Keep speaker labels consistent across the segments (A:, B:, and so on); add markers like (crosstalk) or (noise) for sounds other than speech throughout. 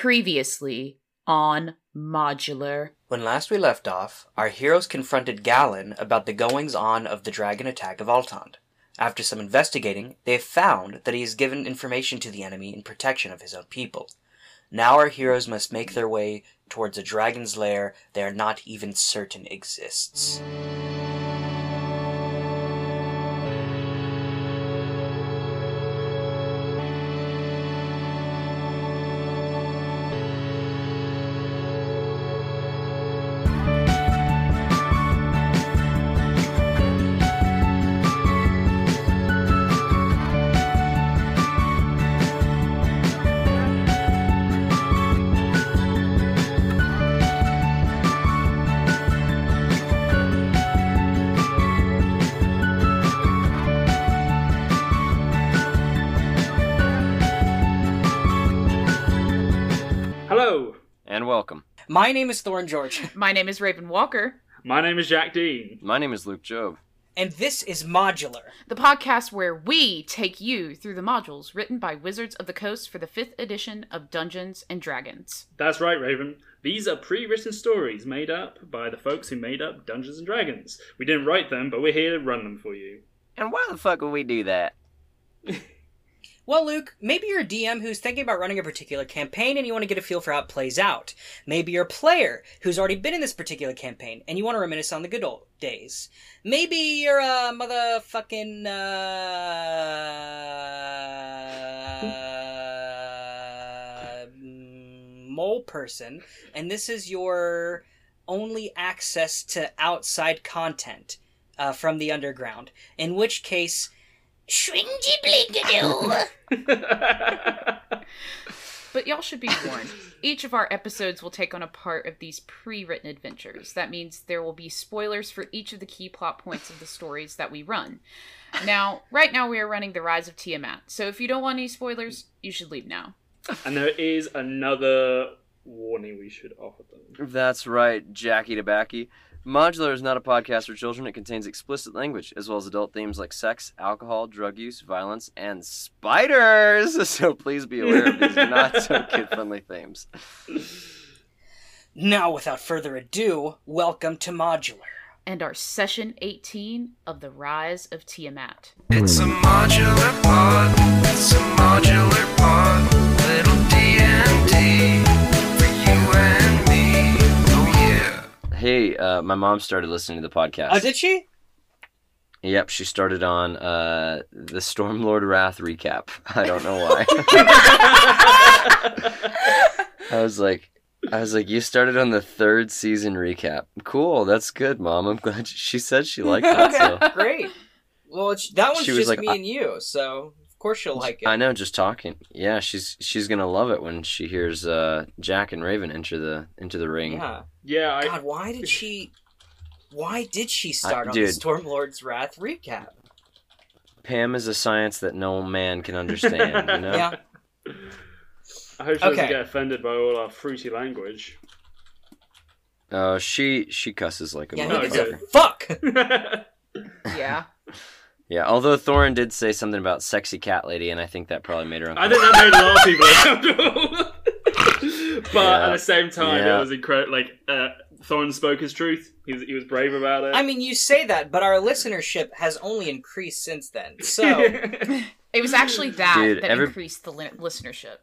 A: Previously on Modular.
B: When last we left off, our heroes confronted Galen about the goings on of the dragon attack of Altant. After some investigating, they have found that he has given information to the enemy in protection of his own people. Now our heroes must make their way towards a dragon's lair they are not even certain exists.
C: Hello,
D: And welcome.
B: My name is Thorn George,
A: My name is Raven Walker,
C: my name is Jack Dean.
D: My name is Luke Job.
B: and this is Modular.
A: the podcast where we take you through the modules written by Wizards of the Coast for the 5th edition of Dungeons and Dragons.
C: That's right, Raven. These are pre written stories made up by the folks who made up Dungeons and Dragons. We didn't write them, but we're here to run them for you. (laughs)
D: And why the fuck would we do that?
E: Well, Luke, maybe you're a DM who's thinking about running a particular campaign and you want to get a feel for how it plays out. Maybe you're a player who's already been in this particular campaign and you want to reminisce on the good old days. Maybe you're a motherfucking. Uh, mole person, and this is your only access to outside content uh, from the underground. In which case, Shringy Blingadoo!
A: But y'all should be (laughs) warned. Each of our episodes will take on a part of these pre written adventures. That means there will be spoilers for each of the key plot points of the stories that we run. Now, right now we are running The Rise of Tiamat, so if you don't want any spoilers, you should leave now.
C: and there is another warning we should offer them.
D: That's right, Jackie Tabacky. Modular is not a podcast for children. It contains explicit language, as well as adult themes like sex, alcohol, drug use, violence, and spiders. (laughs) So please be aware of (laughs) these not so kid friendly themes.
E: Now, without further ado, welcome to Modular.
A: And our session 18 of The Rise of Tiamat.
F: It's a modular pod. It's a modular pod. Little D and D for you and me. Oh yeah.
D: Hey, uh, my mom started listening to the podcast.
E: Oh, did
D: (laughs)
E: she?
D: Yep, she started on uh, the Stormlord Wrath recap. (laughs) I don't
E: (laughs)
D: know why. I was like, I was like, you started on the third season recap. Cool, that's good, mom. I'm glad (laughs) she, she said she liked that. So.
E: Great. Well, it's, that one's
D: She was
E: just
D: like,
E: me
D: I-
E: and you, so of course she'll like it.
D: I know, just talking. Yeah, she's she's gonna love it when she hears uh, Jack and Raven enter the into the ring.
E: Yeah.
C: Yeah, I,
E: God, why did she? Why did she start on
D: dude.
E: the Stormlord's Wrath recap?
D: Pam is a science that no man can understand.
E: (laughs)
D: You know?
E: Yeah.
C: (laughs) I hope she doesn't
E: Okay.
C: get offended by all our fruity language. (laughs)
D: Uh, she she cusses like a
E: Yeah.
C: no,
E: who
D: motherfucker.
E: gives
C: good.
E: a fuck.
A: Yeah.
D: Yeah, although Thorin did say something about sexy cat lady, and I think that probably made her
C: I
D: uncomfortable.
C: think that made a lot of people uncomfortable. (laughs) but
D: Yeah.
C: at the same time,
D: Yeah.
C: it was incredible. Like uh, Thorin spoke his truth. He was, he was brave about it.
E: I mean, you say that, but our listenership has only increased since then.
D: (laughs)
E: So
A: It was actually that
D: Dude,
A: that
D: every-
A: increased the li- listenership.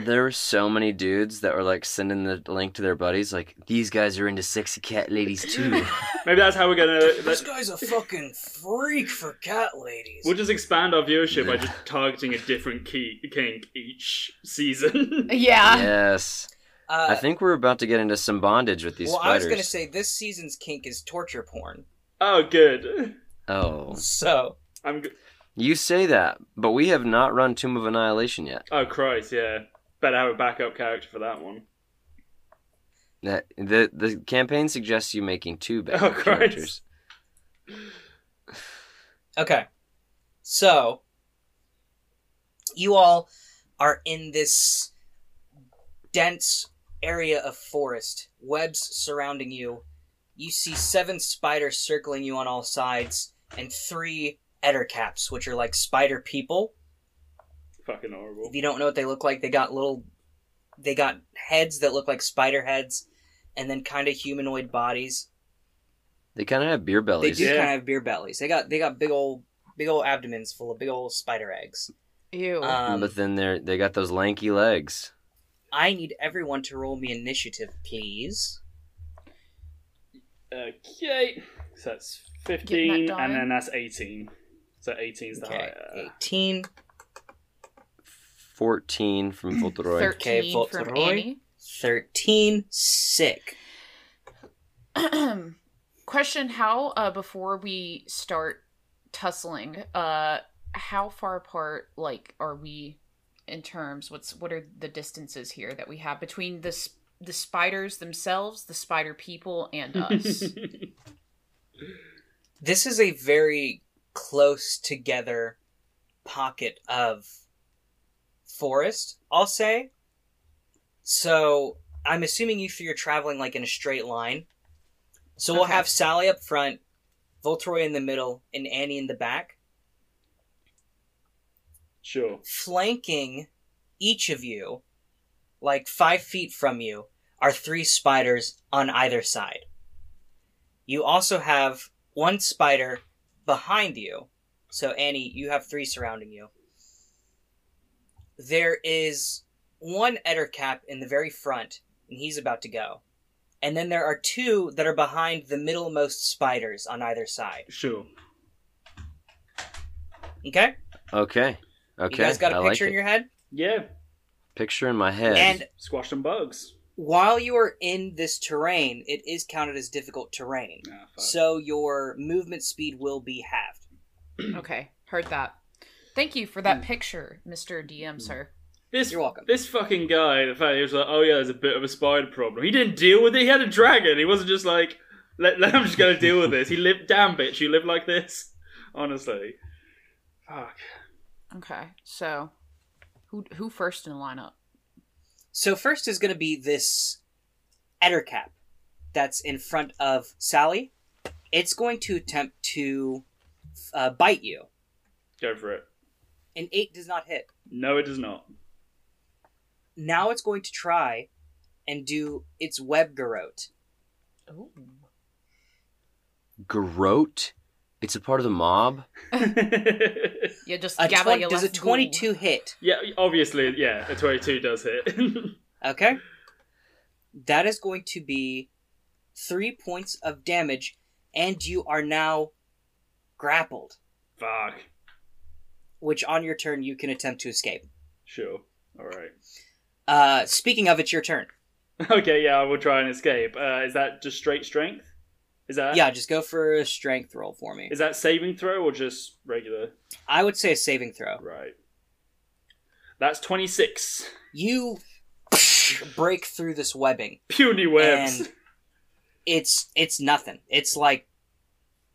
D: There were so many dudes that were like sending the link to their buddies, like these guys are into sexy cat ladies
E: (laughs)
D: too.
C: (laughs) Maybe that's how we're gonna.
E: this
C: that-
E: guy's a fucking freak for cat ladies.
C: We'll just expand our viewership by just targeting a different key, kink each season. (laughs)
A: Yeah.
D: yes,
E: Uh,
D: I think we're about to get into some bondage with these
E: well, I was
D: spiders.
E: gonna say this season's kink is torture porn.
C: oh, good.
D: Oh,
E: So
C: I'm. G-
D: you say that, but we have not run Tomb of Annihilation yet.
C: oh Christ, yeah. Better have a backup character for that one.
D: That the the campaign suggests you making two bad
C: Oh, Christ.
D: characters.
E: Okay. So, you all are in this dense area of forest, webs surrounding you. You see seven spiders circling you on all sides, and three ettercaps, which are like spider people.
C: Fucking
E: If
C: horrible.
E: you don't know what they look like, they got little they got heads that look like spider heads, and then kind of humanoid bodies.
D: They kind of have beer
E: They
D: bellies.
E: do
C: Yeah.
E: kind of have beer bellies. They got they got big old big old abdomens full of big old spider eggs.
A: Ew.
E: Um,
D: but then they're they got those lanky legs.
E: I need everyone to roll me initiative, please.
C: Okay. So that's
A: Getting
C: 15,
A: that
C: and then
A: dime.
C: that's 18. So 18 is the
E: Okay,
C: higher.
E: eighteen.
D: Fourteen
E: (clears throat)
D: from Voltoroy.
E: Okay,
A: Thirteen
E: Volt
A: from
E: Roy.
A: Annie.
E: 13 sick
A: (clears throat) Question: How uh, before we start tussling, uh, how far apart like are we in terms? What's what are the distances here that we have between the s- the spiders themselves, the spider people, and (laughs) us?
E: this is a very close together pocket of forest i'll say so i'm assuming you three are traveling like in a straight line so we'll
A: Okay.
E: have sally up front voltroy in the middle and annie in the back
C: sure.
E: flanking each of you like five feet from you are three spiders on either side you also have one spider behind you so annie you have three surrounding you there is one ettercap in the very front and he's about to go and then there are two that are behind the middlemost spiders on either side
C: Sure.
E: okay,
D: Okay. Okay.
E: you guys got a
D: I
E: picture
D: like
E: in
D: it.
E: your head
C: Yeah.
D: picture in my head.
E: and
C: Squash some bugs.
E: while you are in this terrain, it is counted as difficult terrain.
C: Ah, fuck.
E: So your movement speed will be halved.
A: okay, heard that. Thank you for that picture, Mister DM, sir.
C: this,
E: You're welcome.
C: This fucking guy, the fact he was like, oh yeah, there's a bit of a spider problem. He didn't deal with it. He had a dragon. He wasn't just like, let, let I'm just gonna deal with this. He lived, damn bitch, you live like this. Honestly. Fuck.
A: Okay, so who who first in the lineup?
E: So first is going to be this Ettercap that's in front of Sally. It's going to attempt to uh, bite you.
C: Go for it.
E: An eight does not hit.
C: No, it does
E: (laughs)
C: not. (laughs)
E: Now it's going to try and do its web garrote.
A: Ooh.
D: Groat. It's a part of the mob.
A: Yeah, just
E: A
A: gather
E: 20
A: your
E: does a
A: left
E: twenty-two hit?
C: yeah, obviously, yeah, a 22 does hit. (laughs)
E: Okay. That is going to be three points of damage, and you are now grappled,
C: Fuck.
E: which on your turn you can attempt to escape.
C: Sure. Alright. (laughs)
E: Uh, speaking of, it's your turn.
C: Okay, yeah, I will try and escape. Uh, is that just straight strength? Is that
E: Yeah, just go for a strength roll for me.
C: Is that saving throw or just regular?
E: I would say a saving throw.
C: Right. That's 26.
E: You (laughs) break through this webbing.
C: (laughs) Puny webs.
E: And it's it's nothing. It's like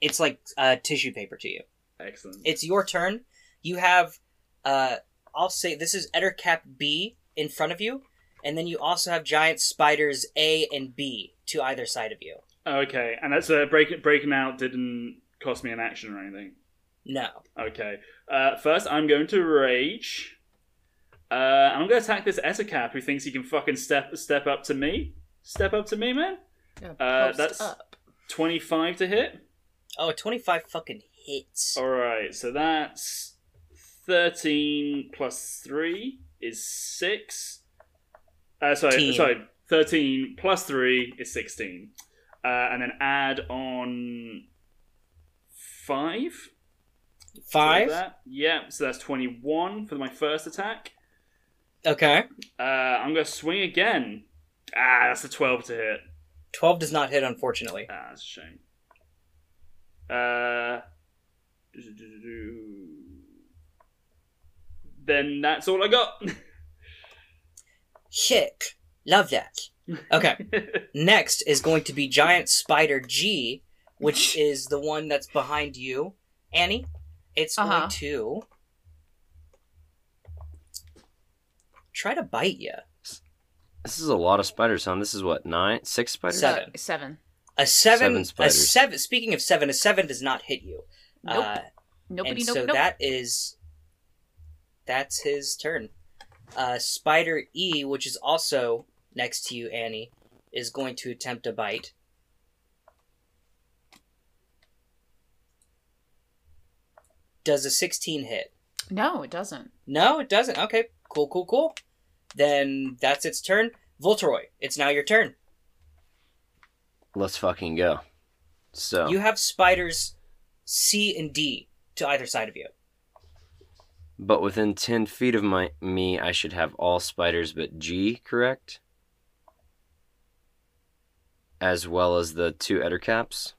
E: it's like uh, tissue paper to you.
C: Excellent.
E: it's your turn. You have, uh, I'll say this is Ettercap B in front of you, and then you also have giant spiders A and B to either side of you.
C: okay, and that's uh, break, breaking out didn't cost me an action or anything.
E: No.
C: Okay. Uh, first, I'm going to rage. Uh, I'm going to attack this Essacap who thinks he can fucking step step up to me. Step up to me, man.
A: Yeah,
C: Uh,
A: post
C: that's-
A: up.
C: 25 to hit.
E: Oh, 25 fucking hits.
C: All right, so that's 13 plus 3 is 6. Uh, sorry,
E: Teen.
C: sorry, 13 plus 3 is 16. Uh, and then add on 5. to
E: Five.
C: that. Yeah, so that's 21 for my first attack.
E: Okay.
C: Uh, I'm going to swing again. Ah, that's a 12 to hit.
E: 12 does not hit, unfortunately.
C: Ah, that's a shame. Uh, then that's all I got.
E: Sick. Love that. Okay. Next is going to be giant spider G,
A: (laughs)
E: which is the one that's behind you, Annie. It's
A: Uh-huh.
E: going to try to bite you.
D: This is a lot of spiders, huh? This is what nine, six spiders.
E: Seven.
A: Uh, seven.
E: A seven,
D: Seven
E: a
D: spiders.
E: seven. Speaking of seven, a seven does not hit you.
A: Nope.
E: Uh,
A: Nobody.
E: and
A: nope,
E: so
A: nope.
E: that is that's his turn. Uh, Spider E, which is also next to you, Annie, is going to attempt a bite. Does a 16 hit?
A: No, it doesn't.
E: No, it doesn't. Okay, cool, cool, cool. Then that's its turn. Volteroy, it's now your turn.
D: Let's fucking go. So
E: You have spiders C and D to either side of you.
D: But within 10 feet of my me, I should have all spiders but G, correct? As well as the two Ettercaps,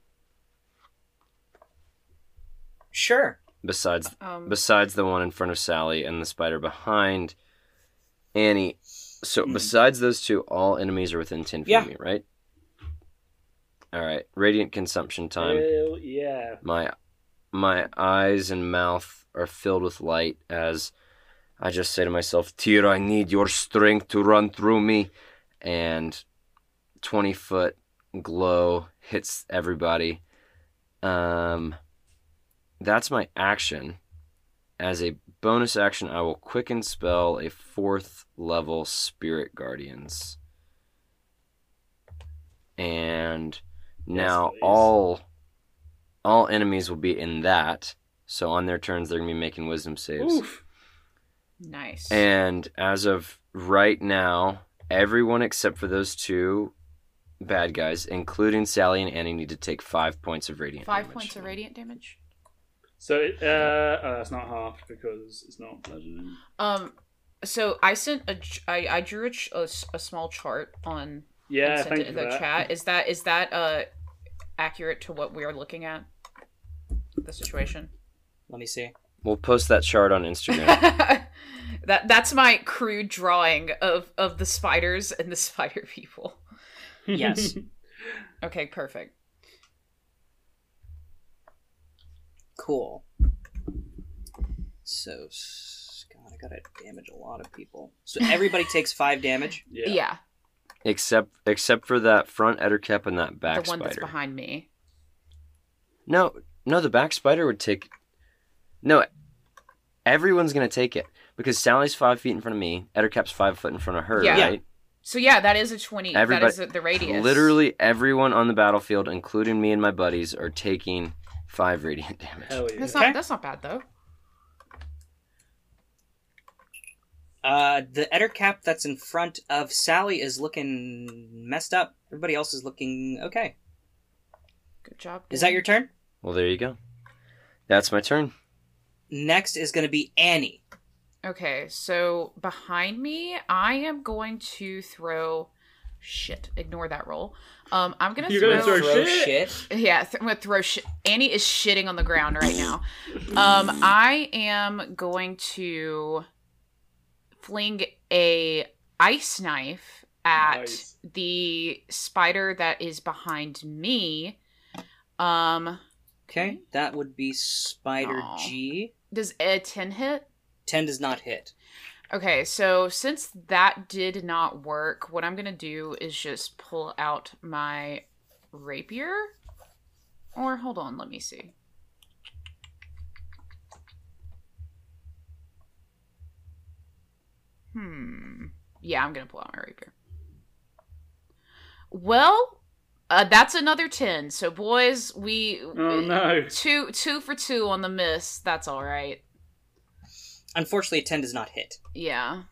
E: Sure.
D: besides
A: Um,
D: besides the one in front of Sally and the spider behind Annie. So
E: Hmm.
D: besides those two, all enemies are within 10 feet
E: Yeah.
D: of me, right? All right. Radiant consumption time.
C: Hell yeah.
D: My my eyes and mouth are filled with light as I just say to myself, Tyr, I need your strength to run through me. And 20 foot glow hits everybody. Um, that's my action. As a bonus action, I will quicken spell a fourth level spirit guardians. And now
C: please.
D: all all enemies will be in that. So on their turns, they're gonna be making wisdom saves.
C: Oof.
A: nice.
D: And as of right now, everyone except for those two bad guys, including Sally and Annie, need to take five points of radiant.
A: Five
D: damage.
A: points of radiant damage.
C: So, it- uh, oh, that's not half because it's not legendary.
A: Um, so I sent a ch- I, I drew a, ch- a s- a small chart on and
C: Yeah,
A: sent it
C: thank you
A: in
C: for
A: the
C: that. (laughs)
A: chat. Is that is that uh accurate to what we're looking at? The situation.
E: Let me see.
D: We'll post that chart on Instagram.
A: (laughs) that that's my crude drawing of of the spiders and the (laughs) spider people.
E: Yes.
A: Okay, perfect.
E: Cool. So, s- God, I gotta damage a lot of people. So everybody takes five damage.
C: yeah.
A: yeah
D: except except for that front ettercap and that
A: the
D: back
A: one that's
D: spider.
A: behind me.
D: No, no, the back spider would take. No, everyone's gonna take it because Sally's five feet in front of me. Ettercap's five foot in front of her.
A: Yeah.
D: Right.
A: So yeah, that is a twenty.
D: Everybody-
A: that is the radius.
D: Literally everyone on the battlefield, including me and my buddies, are taking five radiant (laughs) damage.
C: Hell yeah.
A: That's
E: Okay.
A: not that's not bad though.
E: Uh, the Etter cap that's in front of Sally is looking messed up. Everybody else is looking okay.
A: Good job.
E: Is that your turn?
D: Well, there you go. That's my turn.
E: Next is gonna be Annie.
A: Okay, so behind me, I am going to throw. Shit, ignore that roll. Um, I'm gonna
C: You're
A: throw.
C: gonna throw
E: Throw
C: shit.
E: shit.
A: yeah, th- I'm gonna throw. Sh- Annie is shitting on the ground right now. Um, I am going to fling a ice knife at
C: Nice.
A: the spider that is behind me. Um,
D: Mm-hmm.
E: Okay, that would be Spider
A: Aw.
E: G.
A: does a ten hit?
E: Ten does not hit.
A: Okay, so since that did not work, what I'm going to do is just pull out my rapier. Or hold on, let me see. Hmm. Yeah, I'm going to pull out my rapier. Well, uh, that's another 10. So boys, we
C: Oh no.
A: two two for two on the miss. That's all right.
E: Unfortunately, ten does not hit.
A: Yeah.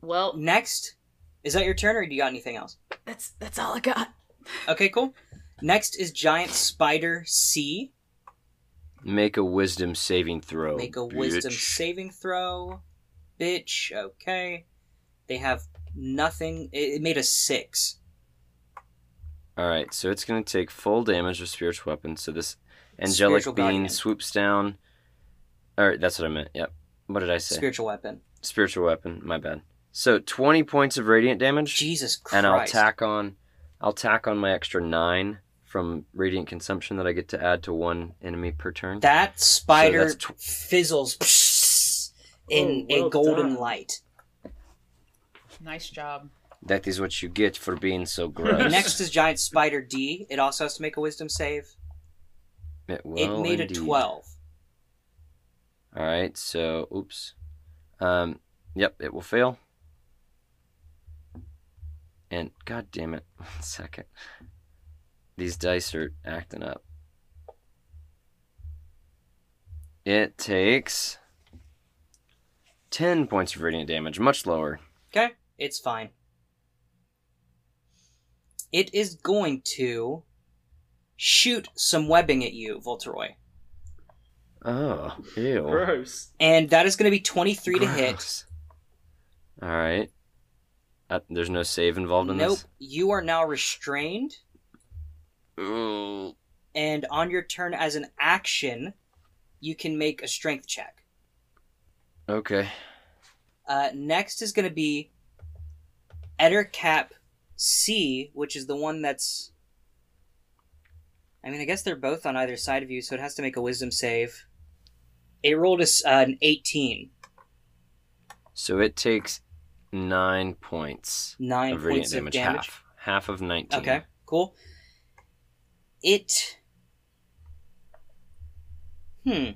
A: Well,
E: Next, is that your turn, or do you got anything else?
A: that's that's all I got.
E: Okay, cool. Next is Giant Spider C.
D: Make a wisdom saving throw.
E: Make a wisdom
D: Oh, bitch.
E: saving throw. Bitch, okay. They have nothing. It, it made a six.
D: All right, so it's going to take full damage of spiritual weapon. So this angelic
E: Spiritual
D: being
E: guardian.
D: swoops down. All right, that's what I meant. Yep. What did I say?
E: Spiritual weapon.
D: spiritual weapon. My bad. So twenty points of radiant damage,
E: Jesus Christ.
D: and I'll tack on, I'll tack on my extra nine from radiant consumption that I get to add to one enemy per turn.
E: That spider
D: So that's
E: fizzles (laughs) in
C: Oh, well
E: a golden
C: done.
E: light.
A: Nice job.
D: that is what you get for
E: (laughs)
D: being so gross.
E: Next is Giant Spider D. It also has to make a wisdom save.
D: it,
E: it
D: will
E: made
D: indeed.
E: a 12.
D: All right, so oops. Um, Yep, it will fail. And god damn it, (laughs) one second. These dice are acting up. It takes 10 points of radiant damage, much lower.
E: Okay, it's fine. It is going to shoot some webbing at you, Volteroy.
D: Oh, ew.
C: Gross.
E: And that is going to be 23 to hit.
D: Gross. All right. Uh, there's no save involved in
E: Nope,
D: this?
E: you are now restrained.
D: Ooh.
E: And on your turn as an action, you can make a strength check.
D: Okay.
E: Uh, next is going to be Ettercap C, which is the one that's. I mean, I guess they're both on either side of you, so it has to make a wisdom save. It rolled a s uh, an 18.
D: So it takes 9 points
E: 9
D: of
E: points
D: radiant
E: of
D: damage.
E: damage.
D: Half. Half of 19.
E: Okay, cool. It. Hmm.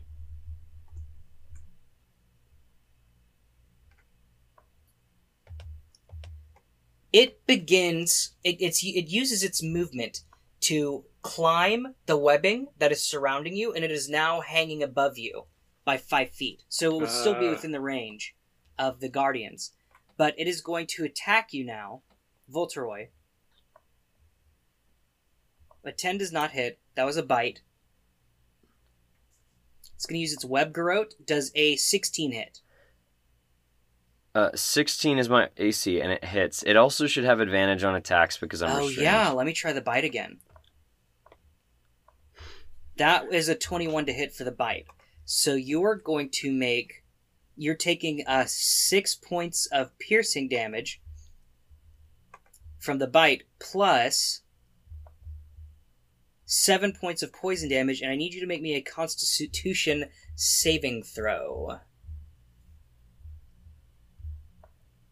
E: It begins. It, it's it uses its movement to climb the webbing that is surrounding you, and it is now hanging above you by five feet. So it will still be
C: Ah.
E: within the range of the guardians, but it is going to attack you now, Volteroy. A 10 does not hit. That was a bite. It's going to use its web garrote. Does a 16 hit?
D: Uh, 16 is my AC, and it hits. It also should have advantage on attacks because I'm
E: oh,
D: restrained.
E: yeah. Let me try the bite again. That is a 21 to hit for the bite. So you're going to make. You're taking uh, six points of piercing damage from the bite, plus seven points of poison damage, and I need you to make me a constitution saving throw.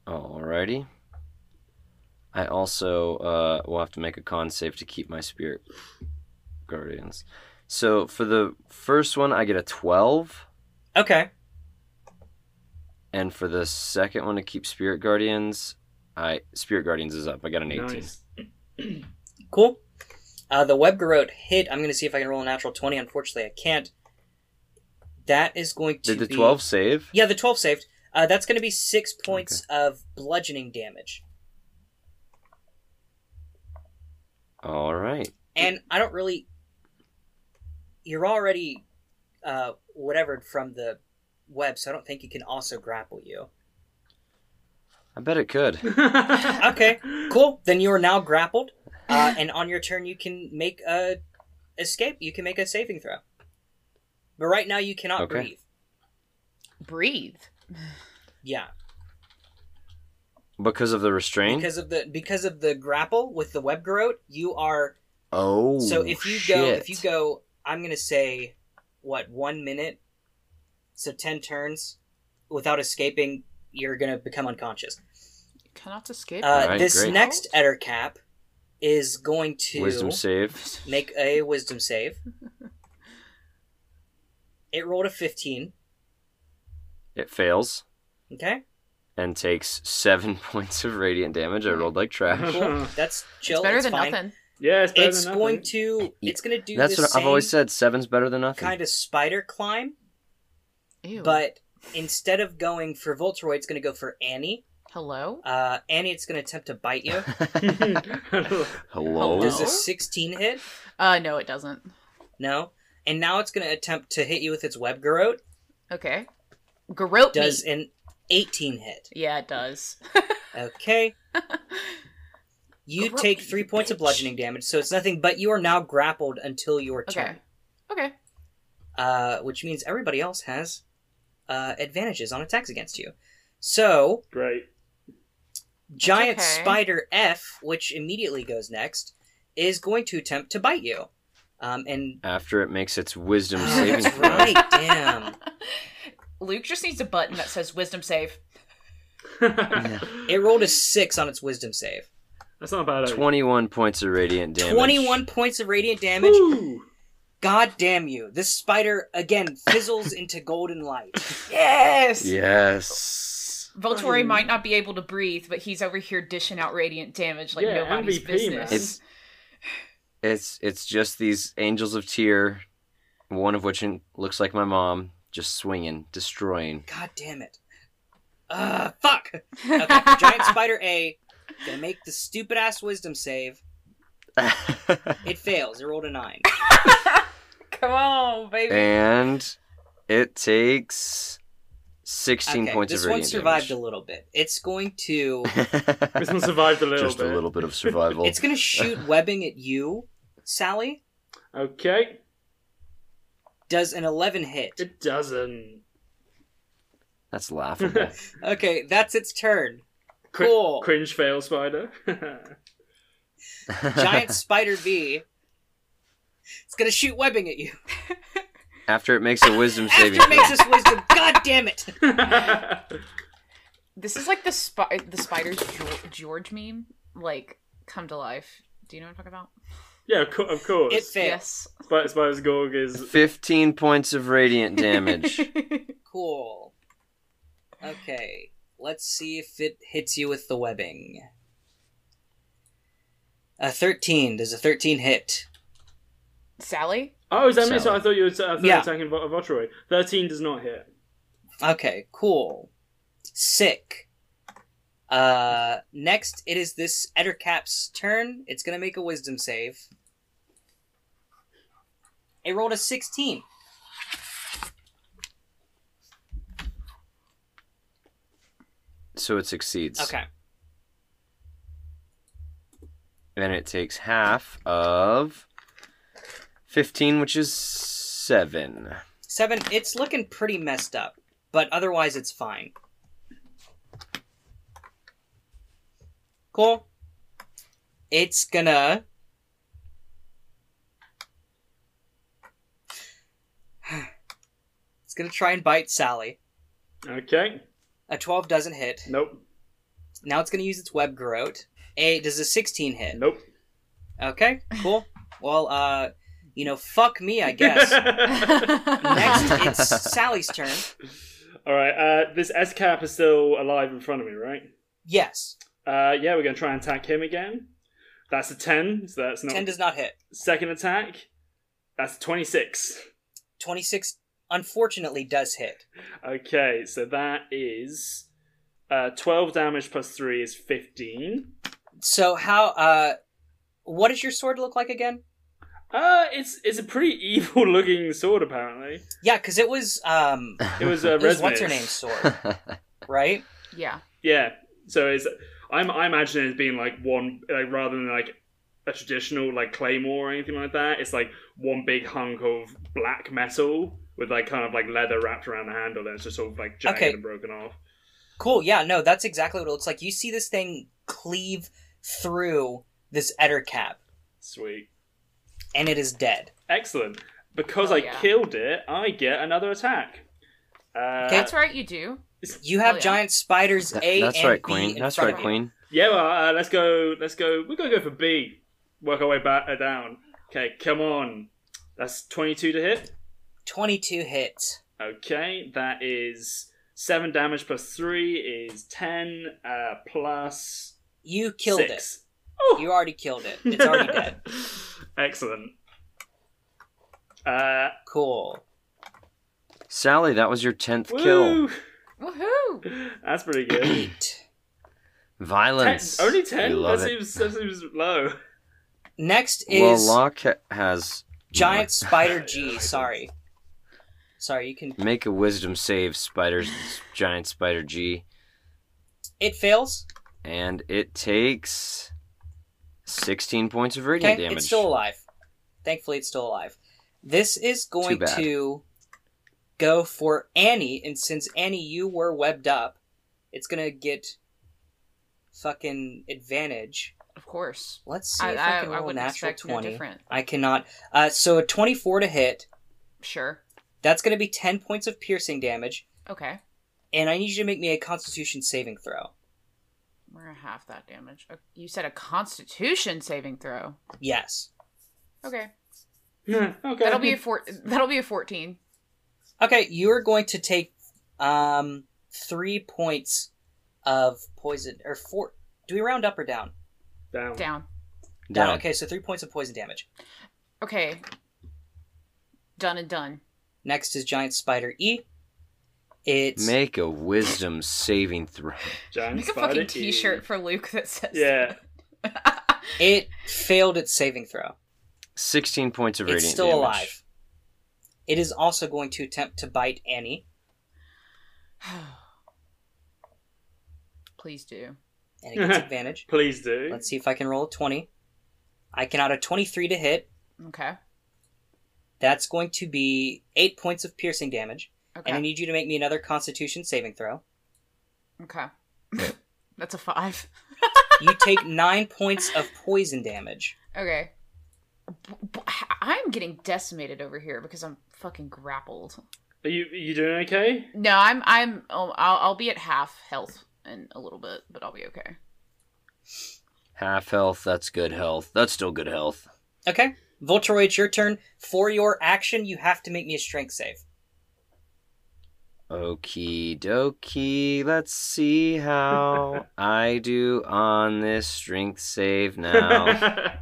D: Alrighty. I also uh, will have to make a con save to keep my spirit guardians. So for the first one, I get a 12,
E: Okay.
D: and for the second one to keep spirit guardians, I spirit guardians is up. I got an 18.
C: Nice.
E: Cool. Uh, the web garrote hit. I'm going to see if I can roll a natural 20. Unfortunately, I can't. That is going to
D: Did the
E: be-
D: 12 save?
E: Yeah, the 12 saved. Uh, that's going to be six points of bludgeoning damage.
D: All right.
E: And I don't really. You're already uh, whatevered from the web, so I don't think it can also grapple you.
D: I bet it could.
E: (laughs)
C: (laughs)
D: (laughs)
E: Okay, cool. Then you are now grappled, uh, and on your turn, you can make a escape. You can make a saving throw. But right now, you cannot
D: Okay.
E: breathe.
A: Breathe.
E: Yeah.
D: Because of the restraint?
E: because of the because of the grapple with the web garrote you are
D: oh.
E: so if you
D: shit.
E: go if you go i'm gonna say what one minute so 10 turns without escaping you're gonna become unconscious
A: Cannot escape.
E: uh,
D: Alright,
E: this
D: great.
A: Oh,
E: next eder cap is going to
D: Wisdom save.
E: make a wisdom
A: (laughs)
E: save it rolled a 15
D: It fails.
A: (laughs)
E: okay
D: and takes seven (laughs) points of radiant damage. I rolled like trash.
E: cool that's chill
A: it's better
E: it's
A: than
E: fine.
A: nothing.
C: yeah, it's, better
E: it's
C: than
E: going
C: nothing.
E: to it's going to do
D: That's
E: the
D: what
E: same
D: I've always said. Seven's better than nothing.
E: kind of spider climb
A: Ew.
E: but instead of going for Voltroid, it's going to go for Annie.
A: hello.
E: Uh, Annie, it's going to attempt to bite
D: (laughs)
E: you.
D: Hello.
E: Does a
A: Hello?
E: 16 hit?
A: Uh, no, it doesn't.
E: No. And now it's going to attempt to hit you with its web garrote.
A: Okay. Garote
E: Does
A: me.
E: an 18 hit?
A: Yeah, it does. (laughs)
E: Okay. You
A: Garrote
E: take
A: me,
E: three
A: you
E: points of
A: bitch.
E: bludgeoning damage, so it's nothing. But you are now grappled until your turn,
A: Okay. Okay.
E: uh, which means everybody else has uh, advantages on attacks against you. So
C: (laughs) Great. (laughs)
E: giant
A: okay.
E: spider F, which immediately goes next, is going to attempt to bite you. Um, and
D: After it makes its wisdom
E: (laughs) Oh,
D: saving
E: that's
D: throw.
E: right. Damn.
A: Luke just needs a button that says wisdom save.
E: it rolled a six on its wisdom save.
C: That's not a bad. idea.
D: 21 points of radiant damage.
E: 21 points of radiant damage.
C: Woo!
E: God damn you. This spider again fizzles into golden light. Yes!
D: Yes.
A: Volturi might not be able to breathe, but he's over here dishing out radiant damage like
C: Yeah,
A: nobody's
C: MVP,
A: business.
C: man.
D: It's it's it's just these angels of tear, one of which in- looks like my mom, just swinging, destroying. (laughs)
E: God damn it. Uh, fuck. Okay,
A: (laughs)
E: giant spider A gonna make the stupid ass wisdom save. It fails. It rolled a nine.
A: Come on, baby.
D: and it takes sixteen
E: Okay,
D: points
E: this
D: of
E: one
D: radiant
E: survived a
D: damage.
E: little bit. It's going to.
D: (laughs)
C: This one survived a little
D: just
C: bit.
D: a little bit of survival.
E: It's gonna shoot webbing at you, Sally.
C: Okay,
E: Does an eleven hit?
C: it doesn't.
D: That's laughable.
E: Okay, that's its turn.
C: Cr-
E: Cool.
C: Cringe fail spider.
E: (laughs)
C: (laughs)
D: (laughs)
E: Giant spider B. It's gonna shoot webbing at you.
D: After it makes a wisdom saving.
E: After it makes this wisdom. God damn it.
A: This is like the spy- the spider's Geor- George meme, like come to life. Do you know what I'm talking about?
C: yeah, of, co- of course.
E: It fails.
A: Yes.
C: Spider Spider's Gorg is.
D: 15 points
E: (laughs)
D: of radiant damage.
E: Cool. Okay, let's see if it hits you with the webbing. A thirteen. Does a thirteen hit?
A: (laughs) Sally.
C: Oh, is that me? So
D: Sally.
C: I thought you were t- I thought you were
E: Yeah.
C: attacking Vo- Votroy. 13 does not hit.
E: Okay, cool. Sick. Uh, next it is this Ettercap's turn. It's gonna make a wisdom save. It rolled a sixteen.
D: so it succeeds.
E: Okay.
D: Then it takes half of 15, which is 7.
E: Seven, it's looking pretty messed up, but otherwise it's fine. Cool. It's gonna. (sighs) It's gonna try and bite Sally.
C: Okay.
E: A 12 doesn't hit.
C: Nope.
E: Now it's gonna use its web growth. A does a 16 hit.
C: Nope.
E: Okay, cool. Well, uh, you know, fuck me, I
C: (laughs)
E: guess. Next, it's Sally's turn.
C: All right. Uh, this S cap is still alive in front of me, right?
E: Yes,
C: Uh, yeah, we're gonna try and attack him again. That's a ten. So that's not
E: 10 does not hit.
C: second attack. That's twenty six.
E: 26 unfortunately does hit.
C: Okay, so that is uh, twelve damage plus three is fifteen.
E: So how uh what does your sword look like again?
C: Uh, it's it's a pretty (laughs) evil looking sword apparently.
E: Yeah, cuz it was um
C: It was uh,
E: it was
C: Resnick's.
E: (laughs) what's her name's
D: (laughs)
E: sword, right?
A: (laughs) yeah.
C: Yeah. So it's I'm I imagine it being like one like rather than like a traditional like claymore or anything like that. It's like one big hunk of black metal with like kind of like leather wrapped around the handle and it's just sort of like jagged
E: Okay.
C: and broken off.
E: Cool. Yeah, no, that's exactly what it looks like. You see this thing cleave through this Eder cap
C: Sweet.
E: and it is dead.
C: Excellent. Because
A: Oh,
C: I
A: yeah.
C: killed it, I get another attack. Uh,
A: That's right. You do.
E: You have
A: Oh, yeah.
E: giant spiders
D: That-
E: A
D: that's
E: and
D: right,
E: B
D: Queen.
E: in
D: That's
E: front
D: right,
E: of you.
D: Queen.
C: Yeah, well, uh, let's go. Let's go. We're gonna go for B. Work our way back uh, down. Okay, come on. That's twenty-two to hit.
E: 22 hits.
C: Okay, that is seven damage plus three is ten. Uh, plus
E: You killed
C: six. Oh.
A: (laughs)
E: it. You already killed it. It's already
D: (laughs)
E: dead.
C: (laughs) Excellent. Uh,
E: Cool.
D: Sally, that was your 10th kill.
C: woo!
A: Woohoo!
C: That's pretty
D: (clears throat)
C: good.
E: 8.
C: ten,
D: Violence.
C: only
D: We
C: ten. That
D: love it.
C: seems, that seems low. (laughs)
E: Next
D: Well,
E: is
D: Locke ha- has. (laughs)
E: Giant Spider G, sorry. Sorry, you can
D: Make a wisdom save, spiders, giant spider G.
E: It fails.
D: and it takes 16 points of radiant
E: Okay,
D: damage.
E: it's still alive. Thankfully, it's still alive. This is going
D: bad.
E: to go for Annie, and since Annie, you were webbed up, it's gonna get fucking advantage.
A: Of course.
E: Let's see
A: I,
E: if
A: I,
E: I, can
A: I
E: roll a
A: wouldn't
E: natural
A: expect no
E: twenty.
A: different.
E: I cannot. Uh, so a twenty-four to hit.
A: Sure.
E: That's gonna be ten points of piercing damage,
A: Okay.
E: and I need you to make me a Constitution saving throw.
A: We're gonna have that damage. Oh, You said a Constitution saving throw.
E: Yes.
A: Okay.
C: Yeah, okay.
A: That'll be a four. That'll be a fourteen.
E: Okay, you are going to take um three points of poison or four. Do we round up or down?
C: Down.
A: Down.
D: Down.
E: Okay, so three points of poison damage.
A: Okay. Done and done.
E: Next is giant spider E. It's
D: Make a wisdom saving throw.
C: Giant
A: Make a
C: spider
A: fucking
C: E.
A: T-shirt for Luke that says.
C: Yeah.
E: it failed its saving throw.
D: 16 points of radiant
E: It's still
D: damage.
E: alive. It is also going to attempt to bite Annie.
A: (sighs) Please do.
E: and it gets advantage.
C: Please do.
E: Let's see if I can roll a 20. I can out a 23 to hit.
A: Okay.
E: That's going to be 8 points of piercing damage.
A: Okay.
E: And I need you to make me another constitution saving throw.
A: Okay. (laughs) That's a five.
E: You take
D: (laughs)
E: 9 points of poison damage.
A: Okay. B- b- I'm getting decimated over here because I'm fucking grappled.
C: Are you you doing okay?
A: No, I'm I'm oh, I'll, I'll be at half health in a little bit, but I'll be okay.
D: Half health, that's good health. That's still good health.
E: Okay. Voltroy, it's your turn. For your action, you have to make me a strength save.
D: Okie dokie, let's
E: (laughs)
D: see how I do on this strength save now.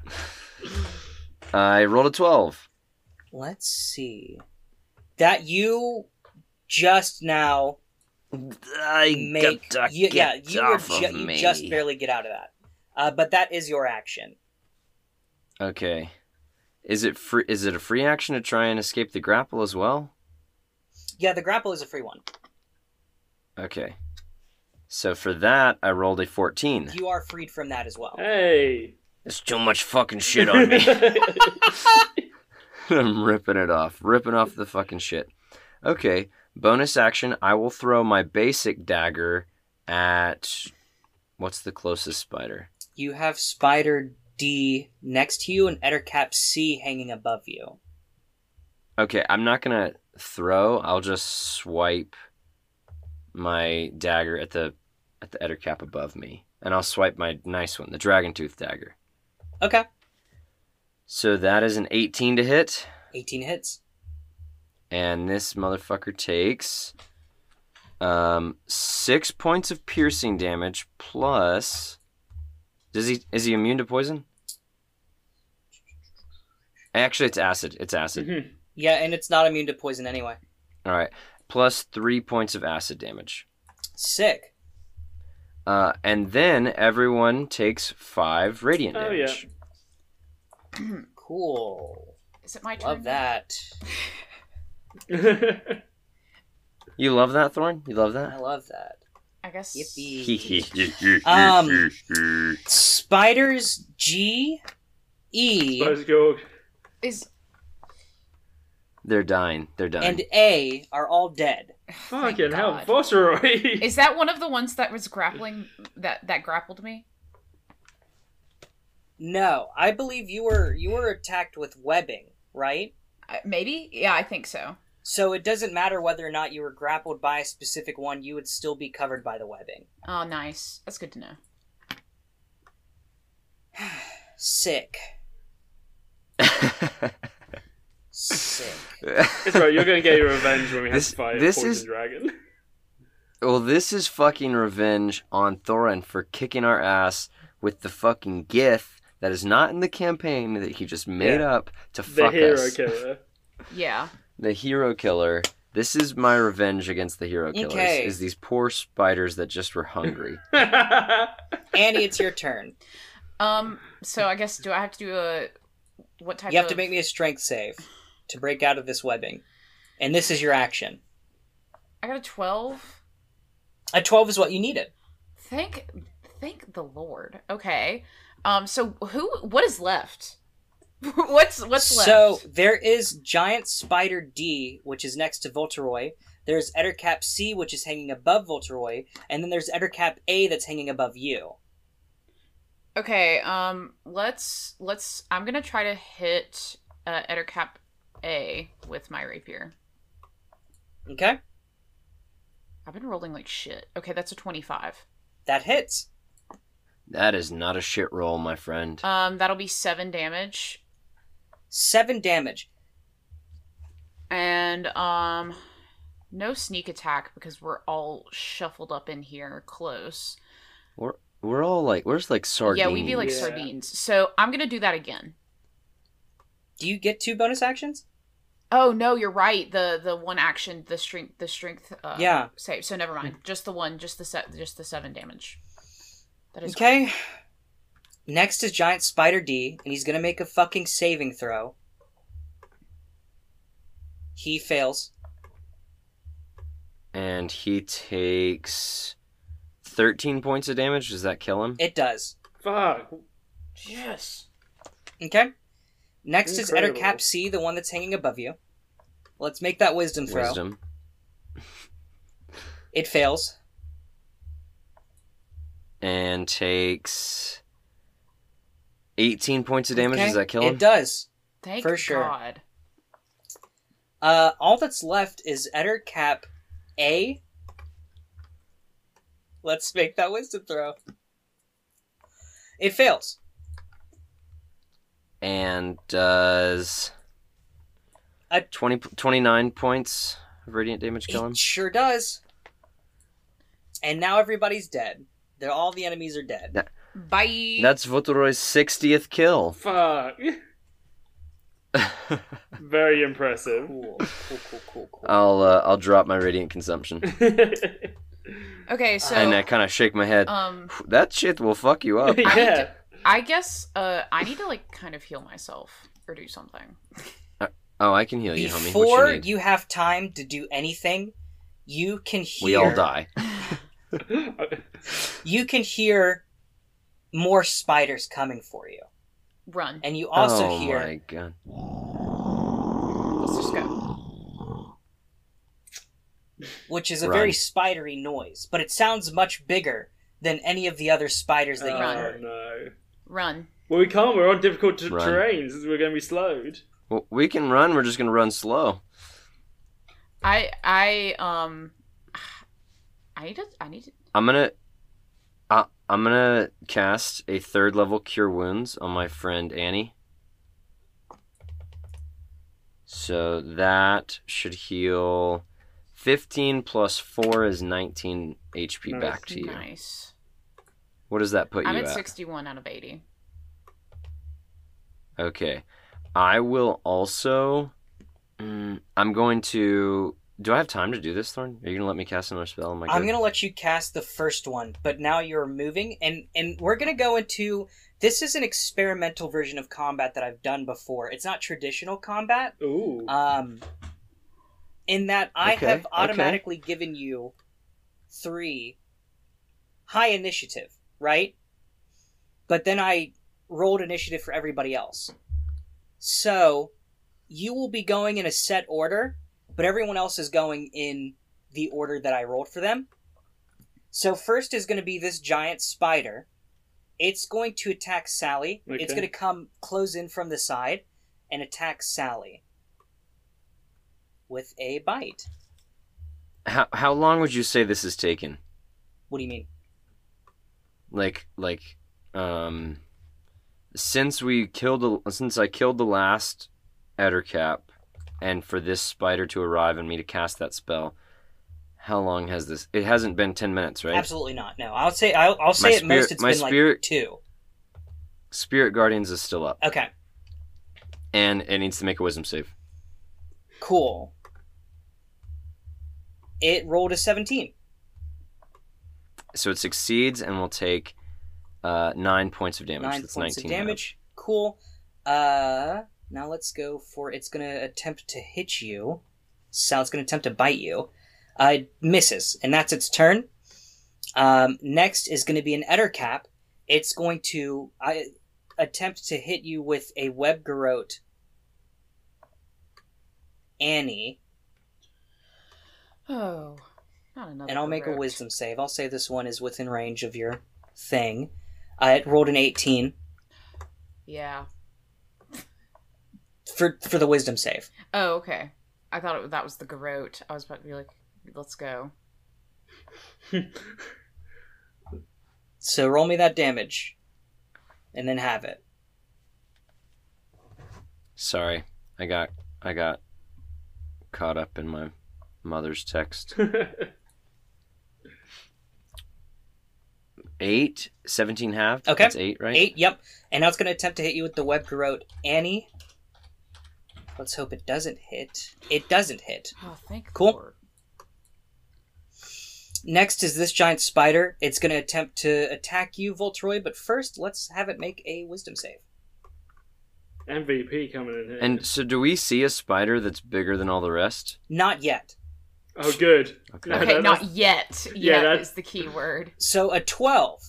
D: I rolled a 12.
E: Let's see. That you just now
D: I
E: make.
D: gotta
E: you, yeah,
D: get
E: you, were
D: off
E: ju-
D: of
E: you
D: me.
E: just barely get out of that. Uh, but that is your action.
D: Okay. Is it free is it a free action to try and escape the grapple as well?
E: Yeah, the grapple is a free one.
D: Okay. So for that I rolled a 14.
E: You are freed from that as well.
C: (laughs) hey.
D: There's too much fucking shit
C: (laughs)
D: on me. (laughs) I'm ripping it off, ripping off the fucking shit. Okay, bonus action. I will throw my basic dagger at what's the closest spider?
E: You have Spider D next to you and Ettercap C hanging above you.
D: Okay, I'm not gonna throw. I'll just swipe my dagger at the at the eder cap above me, and I'll swipe my nice one, the dragon tooth dagger.
E: Okay.
D: So that is an 18 to hit,
E: 18 hits.
D: and this motherfucker takes um six points of piercing damage plus. Does he is he immune to poison? Actually, it's acid. It's acid.
C: Mhm.
E: Yeah, and it's not immune to poison anyway.
D: All right. Plus three points of acid damage.
E: Sick.
D: Uh, and then everyone takes five radiant
C: Oh,
D: damage.
E: Cool.
A: Is it my turn?
E: Love that.
D: You love that, Thorn? You love
E: I (laughs)
D: that?
E: love that.
A: I guess.
E: Yippee. um, spiders G E
C: Let's go.
A: Is
D: They're dying. They're dying. (laughs)
E: and A are all dead.
A: Thank
C: Fucking hell,
A: God. (laughs)
C: Fosseroy.
A: is that one of the ones that was grappling that that grappled me?
E: No, I believe you were you were attacked with webbing, right?
A: Uh, maybe. Yeah, I think so.
E: So it doesn't matter whether or not you were grappled by a specific one, you would still be covered by the webbing.
A: Oh, nice. That's good to know.
E: Sick. Sick.
C: It's right. You're gonna get your revenge when we have
D: This-
C: to fight a
D: this
C: poison
D: is-
C: dragon. (laughs)
D: well, this is fucking revenge on Thorin for kicking our ass with the fucking gif that is not in the campaign that he just made
C: Yeah.
D: up to
C: The
D: fuck
C: hero
D: us.
C: killer.
A: Yeah.
D: the hero killer. This is my revenge against the hero killers.
E: Okay.
D: Is these poor spiders that just were hungry. (laughs)
E: Andy, it's
A: (laughs)
E: your turn.
A: Um. So I guess do I have to do a what type?
E: You have
A: of...
E: to make me a strength save to break out of this webbing. And this is your action.
A: I got a twelve.
E: A 12 is what you needed.
A: Thank, thank the Lord. Okay. Um. So who? What is left? (laughs) what's what's
E: so
A: left?
E: there is Giant Spider D, which is next to Volteroy. There's Ettercap C, which is hanging above Volteroy. And then there's Ettercap A that's hanging above you.
A: Okay. Um. Let's let's. I'm gonna try to hit uh, Ettercap A with my rapier.
E: Okay?
A: I've been rolling like shit. Okay, that's a twenty-five.
E: That hits.
D: that is not a shit roll, my friend.
A: Um. That'll be seven damage.
E: 7 damage.
A: And um No sneak attack because we're all shuffled up in here close.
D: We're we're all like we're just like sardines.
A: Yeah, we'd be like
C: Yeah.
A: sardines. So I'm gonna do that again.
E: Do you get two bonus actions?
A: Oh no, you're right. The the one action, the strength, the strength. Uh,
E: Yeah.
A: Save. So never mind. Just the one. Just the set. Just the seven damage. That is
E: Okay. Next is Giant Spider D, and he's gonna make a fucking saving throw. He fails.
D: and he takes thirteen points of damage. Does that kill him?
E: It does.
C: Fuck. Yes.
E: Okay. Next
C: Incredible.
E: is Ettercap C, the one that's hanging above you. Let's make that wisdom throw.
D: Wisdom.
E: It fails.
D: And takes eighteen points of damage.
E: Okay?
D: Does that kill him?
E: It does.
A: Thank
E: For sure.
A: God.
E: Uh, all that's left is Ettercap A. Let's make that wisdom throw. It fails.
D: and does
E: I-
D: 20, 29 points of radiant damage kill him.
E: It sure does. And now everybody's dead. They're all the enemies are dead.
A: Bye.
D: That's Voturoy's 60th kill. (laughs)
C: Fuck. Very impressive.
E: Cool, cool, cool, cool, cool.
D: I'll (laughs) uh, I'll drop my radiant consumption.
A: okay. So
D: and I kind of shake my head.
A: um,
D: that shit will fuck you
E: (laughs)
D: up.
C: (laughs) yeah.
A: I guess uh, I need to like kind of heal myself or do something.
D: Oh, I can heal you, homie. What
E: Before
D: you
E: you,
D: need?
E: have time to do anything, you can hear.
D: we all die.
C: Uh,
E: You can hear more spiders coming for you,
A: Run.
E: and you also
D: oh
E: hear
D: my god.
A: Let's just go.
E: which is a
D: Run.
E: very spidery noise, but it sounds much bigger than any of the other spiders that you
A: Run.
C: oh
E: heard.
C: no.
A: Run.
C: Well, we can't. We're on difficult t-
D: Run.
C: terrains. We're going to be slowed.
D: Well, we can run. We're just gonna run slow.
A: I I um. (sighs) I need to. I need to.
D: I'm gonna. I I'm gonna cast a third level Cure Wounds on my friend Annie. So that should heal. 15 plus 4 is 19 HP
C: Nice.
D: back to you.
A: Nice.
D: What does that put
A: I'm
D: you
A: at
D: at?
A: 61 out of 80.
D: Okay. I will also. Mm, I'm going to. Do I have time to do this, Thorn? Are you gonna let me cast another spell? Am I
E: I'm
D: good?
E: gonna let you cast the first one, but now you're moving, and and we're gonna go into this is an experimental version of combat that I've done before. It's not traditional combat.
C: Ooh.
E: Um, in that I
D: Okay,
E: have
D: okay.
E: automatically given you three high initiative, right? But then I rolled initiative for everybody else. So you will be going in a set order, but everyone else is going in the order that I rolled for them. So first is going to be this giant spider. It's going to attack Sally. It's
C: Okay.
E: going to come close in from the side and attack Sally with a bite.
D: How, how long would you say this is taking?
E: What do you mean?
D: like like um since we killed the since I killed the last Ettercap and for this spider to arrive and me to cast that spell how long has this it hasn't been 10 minutes right
E: Absolutely not. No, I'll say I'll, I'll say
D: My
E: at most
D: spirit-
E: it's
D: my
E: been like
D: spirit-
E: two.
D: spirit guardians is still up
E: Okay,
D: and it needs to make a wisdom save
E: cool. It rolled a seventeen.
D: so it succeeds and will take uh 9 points of damage
E: Nine
D: that's
E: points of
D: 19 now.
E: damage. Cool. Uh, now let's go for it's gonna attempt to hit you. So it's gonna attempt to bite you. Uh, it misses, and that's its turn. Um, next is gonna be an Ettercap. It's going to I, attempt to hit you with a web garrote. Annie,
A: Oh, not another.
E: and I'll make a
A: rogue.
E: wisdom save. I'll say this one is within range of your thing. Uh, it rolled an 18
A: Yeah.
E: for for the wisdom save.
A: Oh, okay. I thought it, that was the garrote. I was about to be like, let's go.
E: So roll me that damage, and then have it.
D: sorry i got i got caught up in my mother's text.
A: Uh,
C: (laughs)
D: 8, 17 half.
E: Okay.
D: That's 8, right?
E: Eight, yep. And now it's going to attempt to hit you with the web corrode Annie. Let's hope it doesn't hit. It doesn't hit.
A: Oh, thank
E: Cool.
A: Lord.
E: Next is this giant spider. It's going to attempt to attack you, Voltroy, but first let's have it make a wisdom save.
C: MVP coming in here.
D: And so do we see a spider that's bigger than all the rest?
E: Not yet.
C: oh, good.
D: Okay.
C: No,
A: Okay,
C: no,
A: not
C: that's-
A: yet.
C: Yeah,
A: Yet
C: that's-
A: is the key word.
E: So a 12.